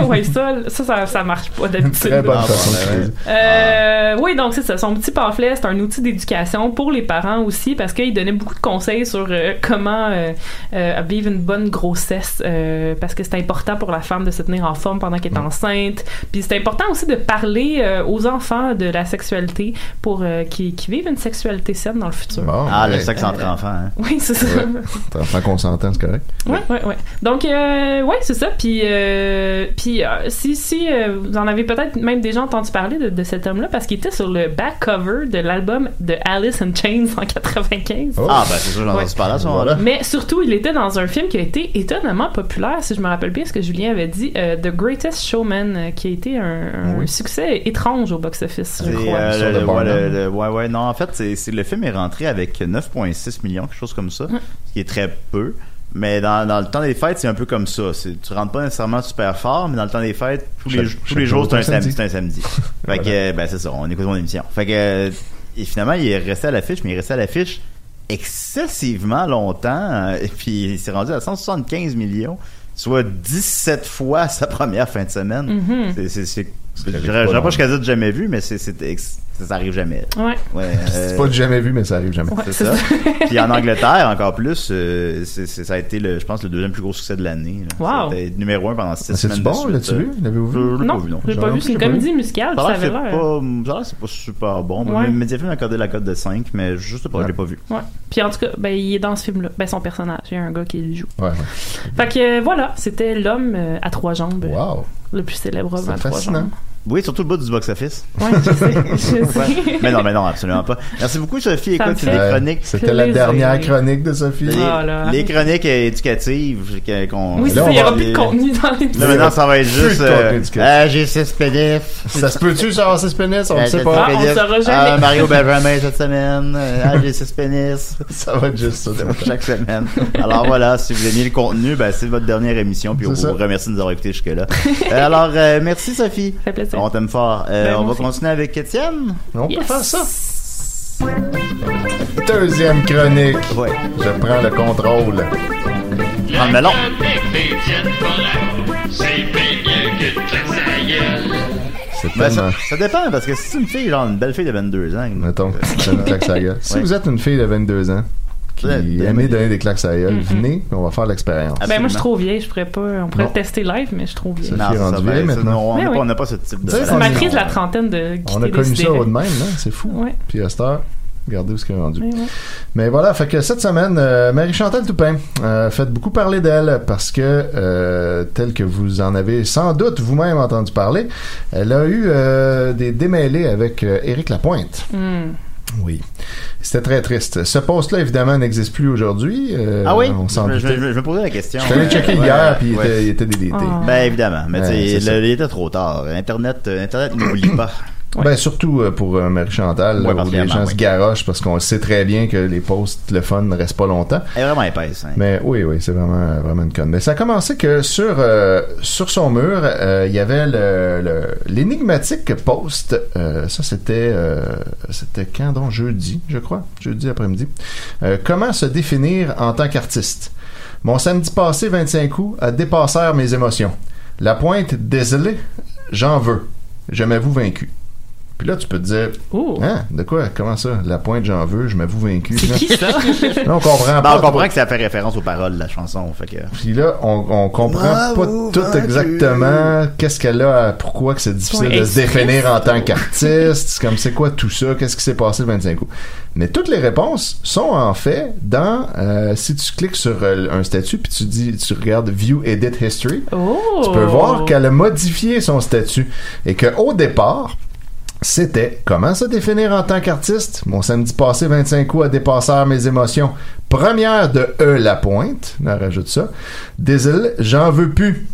Speaker 7: ouais, ça, ça, ça, ça marche pas
Speaker 8: une très bonne
Speaker 10: Ah,
Speaker 8: façon
Speaker 10: bon,
Speaker 8: de
Speaker 10: ouais,
Speaker 8: le dire.
Speaker 6: Ah.
Speaker 7: Euh, oui, donc c'est ça. Son petit pamphlet, c'est un outil d'éducation pour les parents aussi parce qu'il donnait beaucoup de conseils sur euh, comment euh, euh, vivre une bonne grossesse euh, parce que c'est important pour la femme de se tenir en forme pendant qu'elle est enceinte. Puis c'est important aussi de parler euh, aux enfants de la sexualité pour euh, qu'ils qu'ils vivent une sexualité saine dans le futur.
Speaker 6: ah, le
Speaker 8: ouais.
Speaker 6: sexe entre enfants. Hein.
Speaker 7: Oui, c'est ça.
Speaker 8: Ouais. Entre enfants consentants, c'est correct.
Speaker 7: Ouais, ouais, ouais. Donc, euh, ouais, c'est ça. Puis, euh, puis euh, si, si euh, vous en avez peut-être même déjà entendu parler de, de cet homme-là, parce qu'il était sur le back cover de l'album de Alice in Chains en 95.
Speaker 6: Ah, ben c'est sûr, j'en
Speaker 7: Ouais.
Speaker 6: ai entendu parler à ce moment-là.
Speaker 7: Mais surtout, il était dans un film qui a été étonnamment populaire, si je me rappelle bien ce que Julien avait dit, euh, The Greatest Showman, euh, qui a été un, un succès étrange au box-office, je
Speaker 6: Ben C'est,
Speaker 7: crois.
Speaker 6: euh, le-
Speaker 8: Sur le
Speaker 6: le- ouais,
Speaker 8: Barnum.
Speaker 6: le- le- ouais, ouais, non, en fait, c'est, c'est- le film est rentré avec 9,6 millions, quelque chose comme ça, ce qui est très peu. Mais dans, dans le temps des fêtes, c'est un peu comme ça. C'est, tu rentres pas nécessairement super fort, mais dans le temps des fêtes, tous les,
Speaker 8: Chaque-
Speaker 6: jours- tous
Speaker 8: chaque
Speaker 6: les jours,
Speaker 8: jour,
Speaker 6: c'est un
Speaker 8: c'est un
Speaker 6: samedi. C'est un samedi.
Speaker 8: *laughs*
Speaker 6: fait que, euh, ben, c'est ça, on écoute mon émission. Fait que, euh, et finalement, il est resté à l'affiche, mais il est resté à l'affiche excessivement longtemps, euh, *laughs* et puis il s'est rendu à 175 millions, soit 17 fois *laughs* sa première fin de semaine.
Speaker 7: Mhm.
Speaker 6: C'est- c'est- c'est- je
Speaker 8: arrive
Speaker 6: dirais-
Speaker 8: pas
Speaker 6: je dirais pas
Speaker 8: dans-
Speaker 6: jusqu'à dire jamais vu, mais c'est, c'est ex- ça arrive jamais.
Speaker 7: Ouais.
Speaker 8: *laughs* C'est
Speaker 6: Euh,
Speaker 8: pas du jamais vu, mais ça arrive jamais.
Speaker 7: Ouais,
Speaker 6: c'est ça. Puis en Angleterre, encore plus, euh, c'est- c'est- ça a été, le, je pense, le deuxième plus gros succès de l'année. là.
Speaker 7: Wow.
Speaker 6: C'était numéro un pendant six
Speaker 8: Ah, C'est-tu
Speaker 6: semaines. de
Speaker 8: bon?
Speaker 6: suite,
Speaker 8: L'as-tu
Speaker 6: euh.
Speaker 8: vu? L'avez-vous vu?
Speaker 6: Je l'ai
Speaker 7: Non,
Speaker 6: pas vu, non.
Speaker 7: j'ai pas vu. C'est une comédie musicale,
Speaker 6: Ça a
Speaker 7: puis
Speaker 6: l'air
Speaker 7: ça
Speaker 6: que c'est
Speaker 7: avait l'air.
Speaker 6: pas, ça a l'air que c'est pas super bon.
Speaker 7: Ouais.
Speaker 6: Mais Mediafilm a accordé la cote de 5, mais je sais pas, je l'ai pas vu.
Speaker 7: Ouais. Puis en tout cas, ben, il est dans ce film-là. Ben, son personnage, il y a un gars qui le joue.
Speaker 8: Ouais, ouais.
Speaker 7: Fait que euh, voilà, c'était l'homme euh, à trois jambes. euh,
Speaker 8: Wow.
Speaker 7: Le plus célèbre homme
Speaker 6: C'est
Speaker 7: à trois jambes.
Speaker 6: Oui, surtout le bout du box-office.
Speaker 7: Ouais, je sais, je sais.
Speaker 6: *laughs* Ouais. Mais non, mais non, absolument pas. Merci beaucoup, Sophie.
Speaker 7: Ça me
Speaker 6: Écoute, c'est des
Speaker 7: fait
Speaker 6: chroniques.
Speaker 8: Euh, C'était la dernière chronique de Sophie.
Speaker 6: Les, les chroniques euh, éducatives que- qu'on.
Speaker 7: Oui,
Speaker 6: Là,
Speaker 7: c'est
Speaker 6: on
Speaker 7: il y
Speaker 6: va-
Speaker 7: aura plus de
Speaker 6: les-
Speaker 7: contenu dans les
Speaker 6: Là, maintenant, ça va être
Speaker 8: Plus de
Speaker 6: juste.
Speaker 8: contenu
Speaker 6: euh,
Speaker 8: éducatif.
Speaker 6: Ah, j'ai 6 PDF.
Speaker 8: Ça se peut-tu, ça, avoir 6 pénis? On ne
Speaker 6: Ah,
Speaker 8: sait
Speaker 6: j'ai
Speaker 8: pas.
Speaker 6: six
Speaker 7: on
Speaker 6: pénis.
Speaker 7: saura
Speaker 6: Ah,
Speaker 7: jamais.
Speaker 6: Mario Benjamin cette semaine. Euh, Ah, j'ai 6
Speaker 8: *laughs*
Speaker 6: pénis.
Speaker 8: Ça va être juste ça.
Speaker 6: Chaque semaine. Alors voilà, si vous aimez le contenu, ben, c'est votre dernière émission, puis on vous remercie de nous avoir écoutés jusque-là. Euh, Alors, euh, merci Sophie.
Speaker 7: Ça fait plaisir.
Speaker 6: On t'aime fort. Euh,
Speaker 8: Ben,
Speaker 6: on va
Speaker 8: moi aussi.
Speaker 6: continuer avec Étienne.
Speaker 8: On
Speaker 7: Yes.
Speaker 8: peut faire ça. Deuxième chronique. Je prends le contrôle.
Speaker 10: La chronique des Étienne Forêt, c'est bien mieux que de sa gueule.
Speaker 8: C'est
Speaker 6: Ben, ça,
Speaker 8: tellement-
Speaker 6: ça dépend, parce que si c'est une fille, genre une belle fille de 22 ans.
Speaker 8: Mettons, je me claque sa gueule. Si
Speaker 6: Ouais.
Speaker 8: vous êtes une fille de 22 ans qui
Speaker 6: Ouais,
Speaker 8: aimait donner des claques à la gueule,
Speaker 7: Mhm.
Speaker 8: venez, on va faire l'expérience.
Speaker 7: Ben, moi, je suis trop vieille, je pourrais pas. On pourrait le tester live, mais je suis trop vieille.
Speaker 8: Sophie est rendue vieille maintenant.
Speaker 6: on
Speaker 7: Mais
Speaker 6: n'a
Speaker 7: Ben oui.
Speaker 6: pas- on n'a pas ce type de.
Speaker 8: Tu sais,
Speaker 7: C'est ma crise de la trentaine de
Speaker 8: On
Speaker 7: quitter
Speaker 8: a
Speaker 7: des
Speaker 8: connu ça
Speaker 7: sidérés.
Speaker 8: au de même, hein, c'est fou.
Speaker 7: Ouais.
Speaker 8: Puis à cette heure, regardez où ce qu'il est rendu.
Speaker 7: Ouais, ouais.
Speaker 8: Mais voilà, fait que cette semaine, euh, Marie-Chantal Toupin, euh, faites beaucoup parler d'elle parce que, euh, tel que vous en avez sans doute vous-même entendu parler, elle a eu euh, des démêlés avec euh, Éric Lapointe.
Speaker 7: Hmm.
Speaker 8: Oui. C'était très triste. Ce poste-là, évidemment, n'existe plus aujourd'hui. euh,
Speaker 6: Ah oui?
Speaker 8: On
Speaker 6: Je,
Speaker 8: s'en
Speaker 6: je-
Speaker 8: doutait.
Speaker 6: je me posais la question.
Speaker 8: Je suis allé
Speaker 6: Euh,
Speaker 8: checker
Speaker 6: ouais,
Speaker 8: hier, puis il
Speaker 6: ouais.
Speaker 8: était- il était délété.
Speaker 7: Ah.
Speaker 6: Ben évidemment, mais
Speaker 8: Ouais,
Speaker 6: tu
Speaker 8: c'est ça.
Speaker 6: sais, le- il était trop tard. Internet, euh, Internet n'oublie
Speaker 8: *coughs*
Speaker 6: pas.
Speaker 8: Ben, surtout euh, pour euh, Marie-Chantal,
Speaker 6: Ouais,
Speaker 8: là, où les
Speaker 6: particulièrement,
Speaker 8: gens
Speaker 6: oui.
Speaker 8: se garochent parce qu'on sait très bien que les posts, le fun ne reste pas longtemps.
Speaker 6: Elle est vraiment épaisse. hein.
Speaker 8: Mais oui, oui, c'est vraiment, vraiment une conne. Mais ça a commencé que sur, euh, sur son mur, euh, il y avait le- le- l'énigmatique post. euh, ça, c'était euh, c'était quand donc jeudi, je crois, jeudi après-midi. Euh, comment se définir en tant qu'artiste Mon samedi passé, 25 coups, a dépassé mes émotions. La pointe, désolé, j'en veux. Je m'avoue vaincu. Puis là, tu peux te dire,
Speaker 7: Ouh.
Speaker 8: hein, de quoi, comment ça? La pointe, j'en veux, je m'avoue vaincu.
Speaker 7: Oh! C'est qui ça?
Speaker 8: *laughs* Là, on comprend
Speaker 6: Ben,
Speaker 8: Ah, pas.
Speaker 6: on comprend que ça fait référence aux paroles de la chanson. Fait que... *laughs*
Speaker 8: Puis là, on, on comprend pas tout exactement qu'est-ce qu'elle a, à- pourquoi que c'est difficile
Speaker 7: Ouais,
Speaker 8: de se
Speaker 7: elle est
Speaker 8: définir en tant qu'artiste, c'est comme c'est quoi tout ça, qu'est-ce qui s'est passé le 25 août. Mais toutes les réponses sont en fait dans, euh, si tu cliques sur euh, un statut puis tu dis, tu regardes View Edit History,
Speaker 7: Oh!
Speaker 8: tu peux voir qu'elle a modifié son statut et que au départ, c'était comment se définir en tant qu'artiste. Mon samedi passé, 25 coups à dépasser mes émotions. Première de E la pointe, là, rajoute ça. Désolé, j'en veux plus.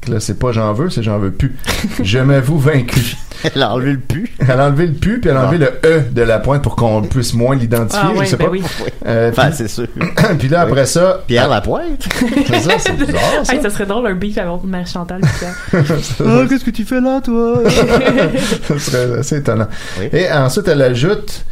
Speaker 8: Que Là, c'est pas j'en veux, c'est j'en veux plus. Je m'avoue vaincu.
Speaker 6: Elle a enlevé le pu.
Speaker 8: Elle a enlevé le pu, puis elle a enlevé
Speaker 6: Ah.
Speaker 8: le E de la pointe pour qu'on puisse moins l'identifier.
Speaker 7: Ah
Speaker 8: je
Speaker 7: oui,
Speaker 8: sais
Speaker 7: ben
Speaker 8: pas.
Speaker 7: oui.
Speaker 8: Euh,
Speaker 6: Enfin,
Speaker 8: puis,
Speaker 6: c'est sûr.
Speaker 8: puis là, après
Speaker 6: *laughs*
Speaker 8: ça.
Speaker 6: Pierre Lapointe.
Speaker 8: C'est ça, c'est bizarre, ça.
Speaker 7: Hey, ça serait drôle un beef avant Mère Chantal. puis ça.
Speaker 6: Ah, qu'est-ce que tu fais là, toi?
Speaker 8: Ce serait assez étonnant.
Speaker 6: Oui.
Speaker 8: Et ensuite, elle ajoute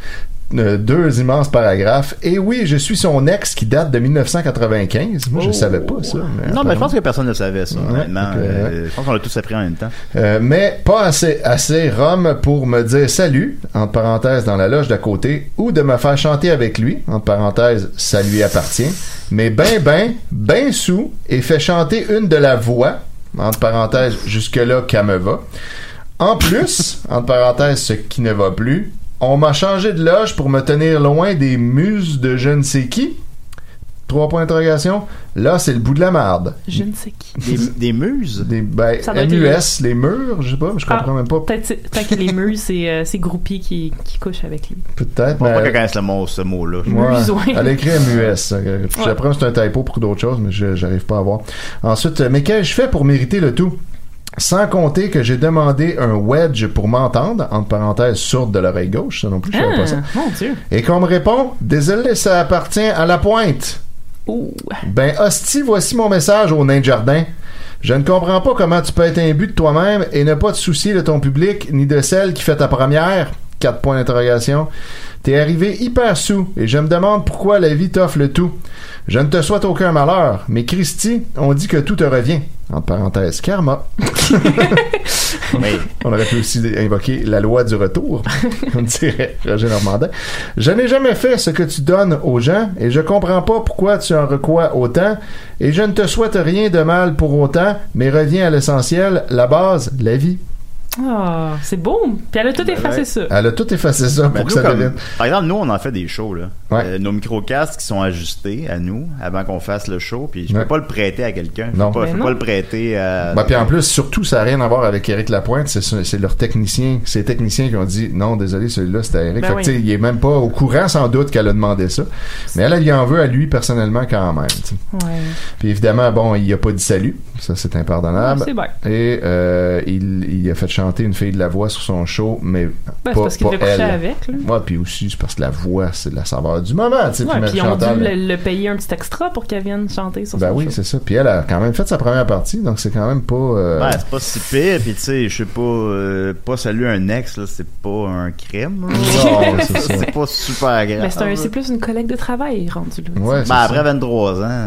Speaker 8: euh, deux immenses paragraphes. Et oui, je suis son ex qui date de 1995. Moi, je
Speaker 6: Oh.
Speaker 8: savais pas ça.
Speaker 6: Non, mais je
Speaker 8: apparemment-
Speaker 6: pense que personne ne savait ça. honnêtement.
Speaker 8: ok, ouais.
Speaker 6: Euh, je pense qu'on l'a tous appris
Speaker 8: *laughs*
Speaker 6: en même temps.
Speaker 8: Euh, mais pas assez, assez Rome pour me dire salut, entre parenthèses, dans la loge d'à côté, ou de me faire chanter avec lui, entre parenthèses, ça lui appartient, mais ben, ben, ben sous, et fait chanter une de la voix, entre parenthèses, jusque-là, qu'à me va. En plus, entre parenthèses, ce qui ne va plus, on m'a changé de loge pour me tenir loin des muses de je ne sais qui. Trois points d'interrogation. Là, c'est le bout de la marde.
Speaker 7: Je ne sais qui.
Speaker 8: Des, muses? Des, ben,
Speaker 7: Ça doit être Ah,
Speaker 8: MUS, les murs, je sais pas, mais je comprends même pas.
Speaker 7: Peut-être c'est- peut-être
Speaker 8: *laughs*
Speaker 7: que les murs, c'est euh, c'est groupie qui, qui couche avec lui.
Speaker 8: Peut-être.
Speaker 6: Pourquoi
Speaker 8: mais-
Speaker 6: qu'elle connaisse le mot, ce mot-là?
Speaker 8: Ouais. Elle a écrit MUS. Euh,
Speaker 6: Ouais.
Speaker 8: J'apprends que c'est un typo pour d'autres choses, mais je- j'arrive pas à voir. Ensuite, euh, mais qu'ai-je fait pour mériter le tout? Sans compter que j'ai demandé un wedge pour m'entendre, entre parenthèses, sourde de l'oreille gauche, ça non plus, je savais pas ça.
Speaker 7: Ah, mon Dieu.
Speaker 8: Et qu'on me répond, désolé, ça appartient à la pointe. Ben, hostie, voici mon message au nain de jardin. Je ne comprends pas comment tu peux être imbu de toi-même et ne pas te soucier de ton public ni de celle qui fait ta première. Quatre points d'interrogation. T'es arrivé hyper sous et je me demande pourquoi la vie t'offre le tout. Je ne te souhaite aucun malheur, mais Christy, on dit que tout te revient. En parenthèse,
Speaker 6: *laughs*
Speaker 8: karma. On aurait pu aussi invoquer la loi du retour, comme dirait Roger Normandin. Je n'ai jamais fait ce que tu donnes aux gens et je comprends pas pourquoi tu en recois autant et je ne te souhaite rien de mal pour autant, mais reviens à l'essentiel, la base, la vie.
Speaker 7: Ah, c'est beau. Puis elle a tout effacé ça.
Speaker 8: Ben
Speaker 7: Ben
Speaker 8: Elle a tout effacé ça pour
Speaker 6: Mais
Speaker 8: que
Speaker 6: nous,
Speaker 8: ça
Speaker 6: comme-
Speaker 8: devienne.
Speaker 6: Par exemple, nous, on en fait des shows. Là. Euh, nos microcasts qui sont ajustés à nous avant qu'on fasse le show. Puis je peux
Speaker 8: Ouais.
Speaker 6: pas le prêter à quelqu'un. Je
Speaker 8: Non.
Speaker 6: peux pas,
Speaker 8: Mais
Speaker 6: je peux
Speaker 8: non.
Speaker 6: pas le prêter à.
Speaker 8: Ben, puis en plus, surtout, ça n'a rien à voir avec Eric Lapointe, c'est, c'est leur technicien. C'est les techniciens qui ont dit non, désolé, celui-là, c'était Eric.
Speaker 6: Ben
Speaker 8: fait que,
Speaker 6: oui.
Speaker 8: tu sais, il est même pas au courant, sans doute, qu'elle a demandé ça. Mais elle, elle y en veut à lui personnellement quand même. tu sais. Puis évidemment, bon, il a pas dit salut. Ça, c'est impardonnable.
Speaker 7: Ouais, c'est bien.
Speaker 8: Et euh, il, il a fait chanter une fille de la voix sur son show, mais
Speaker 7: c'est
Speaker 8: pas,
Speaker 7: parce qu'il
Speaker 8: pas
Speaker 7: devait coucher
Speaker 8: elle.
Speaker 7: avec, là.
Speaker 8: Ouais, puis aussi, c'est parce que la voix, c'est de la saveur du moment. tu sais.
Speaker 7: Ouais,
Speaker 8: Puis
Speaker 7: puis on
Speaker 8: Chantal-
Speaker 7: dû le, le payer un petit extra pour qu'elle vienne chanter sur
Speaker 8: Ben
Speaker 7: son
Speaker 8: oui,
Speaker 7: show.
Speaker 8: c'est ça. Puis elle a quand même fait sa première partie, donc c'est quand même pas... euh,
Speaker 6: Ouais, c'est pas si pire, puis tu sais, je sais pas, euh, pas saluer un ex, là, c'est pas un crime. là.
Speaker 8: Non,
Speaker 7: *laughs*
Speaker 8: c'est ça.
Speaker 6: c'est pas super agréable.
Speaker 7: Mais Ben, c'est un- c'est plus une collègue de travail rendu là.
Speaker 8: Ouais, c'est
Speaker 6: ben, après
Speaker 8: ça.
Speaker 6: 23 ans.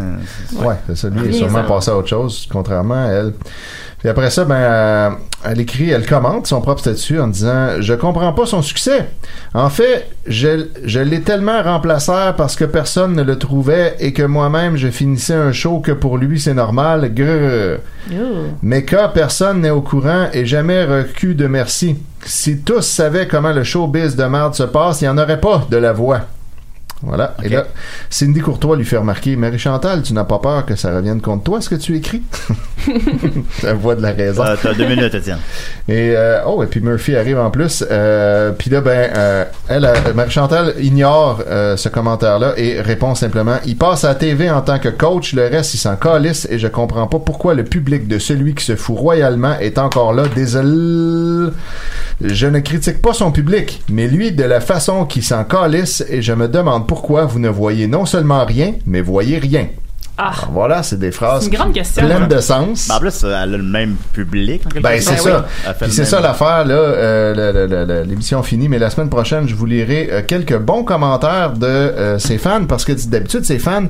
Speaker 6: c'est-
Speaker 8: Ouais, c'est ça. Lui, il est
Speaker 7: Rien,
Speaker 8: sûrement
Speaker 7: ça.
Speaker 8: passé à autre chose, contrairement à elle. Puis après ça, ben, euh, elle écrit, elle commente son propre statut en disant Je comprends pas son succès. En fait, je, je l'ai tellement remplacé parce que personne ne le trouvait et que moi-même, je finissais un show que pour lui, c'est normal. Grrr. Mais quand personne n'est au courant et jamais recu de merci. Si tous savaient comment le showbiz de merde se passe, il n'y en aurait pas de la voix. Voilà. Et là, Cindy Courtois lui fait remarquer Marie Chantal, tu n'as pas peur que ça revienne contre toi ce que tu écris *laughs* La voix de la raison.
Speaker 6: Ah, T'as deux minutes, Étienne.
Speaker 8: Et euh, oh, et puis Murphy arrive en plus. Euh, puis là, ben, euh, elle, euh, Marie-Chantal ignore euh, ce commentaire-là et répond simplement Il passe à la TV en tant que coach, le reste, il s'en calisse et je comprends pas pourquoi le public de celui qui se fout royalement est encore là. Désolé. Je ne critique pas son public, mais lui, de la façon qu'il s'en calisse et je me demande pourquoi vous ne voyez non seulement rien, mais voyez rien.
Speaker 7: Ah.
Speaker 8: Alors voilà, c'est des phrases
Speaker 7: C'est une grande question, *laughs*
Speaker 8: *laughs* pleines
Speaker 7: hein.
Speaker 8: de sens.
Speaker 6: Ben, en plus, elle a le même public. en quelque
Speaker 8: Ben
Speaker 6: sorte.
Speaker 8: c'est ça.
Speaker 6: Elle fait
Speaker 8: Puis
Speaker 6: le
Speaker 8: c'est
Speaker 6: même-
Speaker 8: ça l'affaire là. euh, la- la- la- la- L'émission finie, mais la semaine prochaine, je vous lirai euh, quelques bons commentaires de euh, ses fans parce que d'habitude ses fans,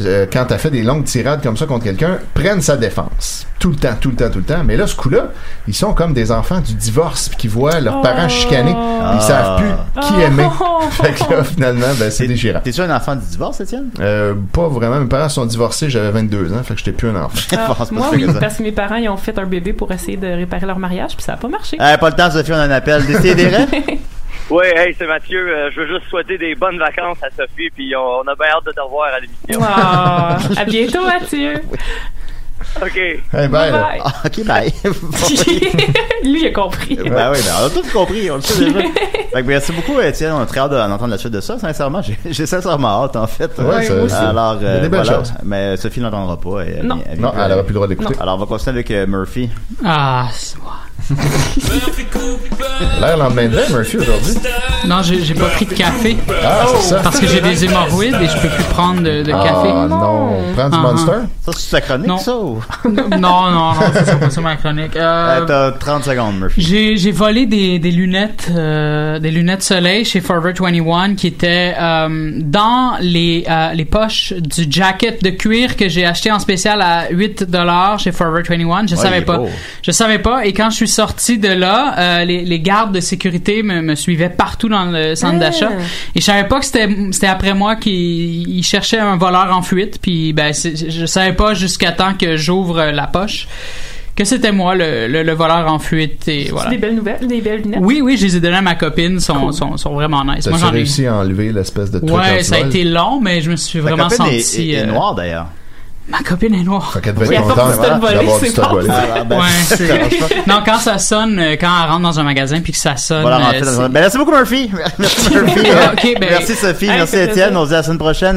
Speaker 8: euh, quand t'as fait des longues tirades comme ça contre quelqu'un, prennent sa défense tout le temps, tout le temps, tout le temps. Mais là, ce coup-là, ils sont comme des enfants du divorce puis qui voient leurs parents chicaner, puis ils savent
Speaker 6: Ah.
Speaker 8: plus qui aimer. *laughs* Fait que là, finalement, ben c'est
Speaker 6: *laughs*
Speaker 8: déchirant.
Speaker 6: T'es-tu un enfant du divorce, Étienne?
Speaker 8: Euh, pas vraiment. Mes parents sont divorcés. J'avais 22 ans, fait que j'étais plus un enfant.
Speaker 7: Ah,
Speaker 6: pense pas
Speaker 7: moi
Speaker 6: que
Speaker 7: oui,
Speaker 6: c'est ça.
Speaker 7: parce que mes parents ils ont fait un bébé pour essayer de réparer leur mariage, puis ça a pas marché.
Speaker 6: Eh, pas le temps, Sophie, on a un appel. Décidérez.
Speaker 12: Oui, hey, c'est Mathieu. Euh, je veux juste souhaiter des bonnes vacances à Sophie, puis on, on a bien hâte de te revoir à l'émission.
Speaker 7: Ah, à bientôt Mathieu.
Speaker 12: OK.
Speaker 8: Hey,
Speaker 7: bye, là.
Speaker 6: Ah,
Speaker 7: *laughs*
Speaker 6: ok, bye.
Speaker 7: Lui il a compris.
Speaker 6: Ben oui, ben, on a tout compris, on le sait déjà. Fait que merci beaucoup, Étienne. On a très hâte d'entendre la suite de ça, sincèrement. J'ai- J'ai sincèrement hâte, en fait.
Speaker 8: Ouais, Ouais, ça- moi aussi.
Speaker 6: Alors,
Speaker 8: Il y a
Speaker 6: euh,
Speaker 8: des belles
Speaker 6: voilà.
Speaker 8: choses.
Speaker 6: Mais Sophie n'entendra pas. euh,
Speaker 8: Non. Non, elle aura plus le droit d'écouter.
Speaker 6: Alors, on va continuer avec euh, Murphy.
Speaker 13: Ah, c'est moi.
Speaker 8: L'air lendemain de veille, Murphy, aujourd'hui.
Speaker 7: Non, j'ai j'ai pas pris de café.
Speaker 8: Ah, c'est ça.
Speaker 7: Parce que j'ai des hémorroïdes et je peux plus prendre de, de
Speaker 8: Ah,
Speaker 7: café.
Speaker 8: non. Prends du
Speaker 7: Ah,
Speaker 8: Monster.
Speaker 6: Ça, c'est ta chronique, ça? ou-
Speaker 7: ah. Non, non, non, ça, c'est pas ça ma chronique. Euh,
Speaker 6: Euh, T'as 30 secondes, Murphy.
Speaker 7: J'ai j'ai volé des, des lunettes euh, des lunettes soleil chez Forever 21 qui étaient euh, dans les euh, les poches du jacket de cuir que j'ai acheté en spécial à 8 dollars chez Forever 21. Je
Speaker 1: Ouais, il
Speaker 7: savais
Speaker 1: est
Speaker 7: pas.
Speaker 1: beau.
Speaker 7: Je savais pas et quand je suis sorti de là, euh, les, les gardes de sécurité me, me suivaient partout dans le centre
Speaker 1: Ah.
Speaker 7: d'achat et je savais pas que c'était c'était après moi qu'ils ils cherchaient un voleur en fuite puis ben c'est- je savais pas jusqu'à temps que j'ouvre euh, la poche que c'était moi le, le, le voleur en fuite et voilà.
Speaker 14: C'est des belles nouvelles, des belles lunettes.
Speaker 7: Oui, oui, je les ai donnés à ma copine. Sont, sont, sont vraiment nice. Moi,
Speaker 8: T'as-tu
Speaker 7: j'en ai.
Speaker 8: réussi à enlever l'espèce de truc
Speaker 7: Ouais, ça a
Speaker 8: antivol?
Speaker 7: été long, mais je me suis
Speaker 8: Ta
Speaker 7: vraiment
Speaker 8: copine est-
Speaker 7: senti.
Speaker 8: est- est noire, d'ailleurs.
Speaker 7: Ma copine est noire.
Speaker 8: Fait qu'elle devait être contente d'avoir du stock volé.
Speaker 7: Ouais, c'est- non, quand ça sonne, euh, quand elle rentre dans un magasin puis que ça sonne.
Speaker 6: Voilà,
Speaker 7: euh,
Speaker 6: rentrer dans
Speaker 7: c'est- *laughs*
Speaker 6: un- Ben, *laughs* merci beaucoup, Murphy. Merci, Murphy.
Speaker 7: Ok, ben-
Speaker 6: Merci, Sophie.
Speaker 7: Hey,
Speaker 6: merci,
Speaker 7: ça fait
Speaker 6: Étienne.
Speaker 7: plaisir.
Speaker 6: On se dit à la semaine prochaine.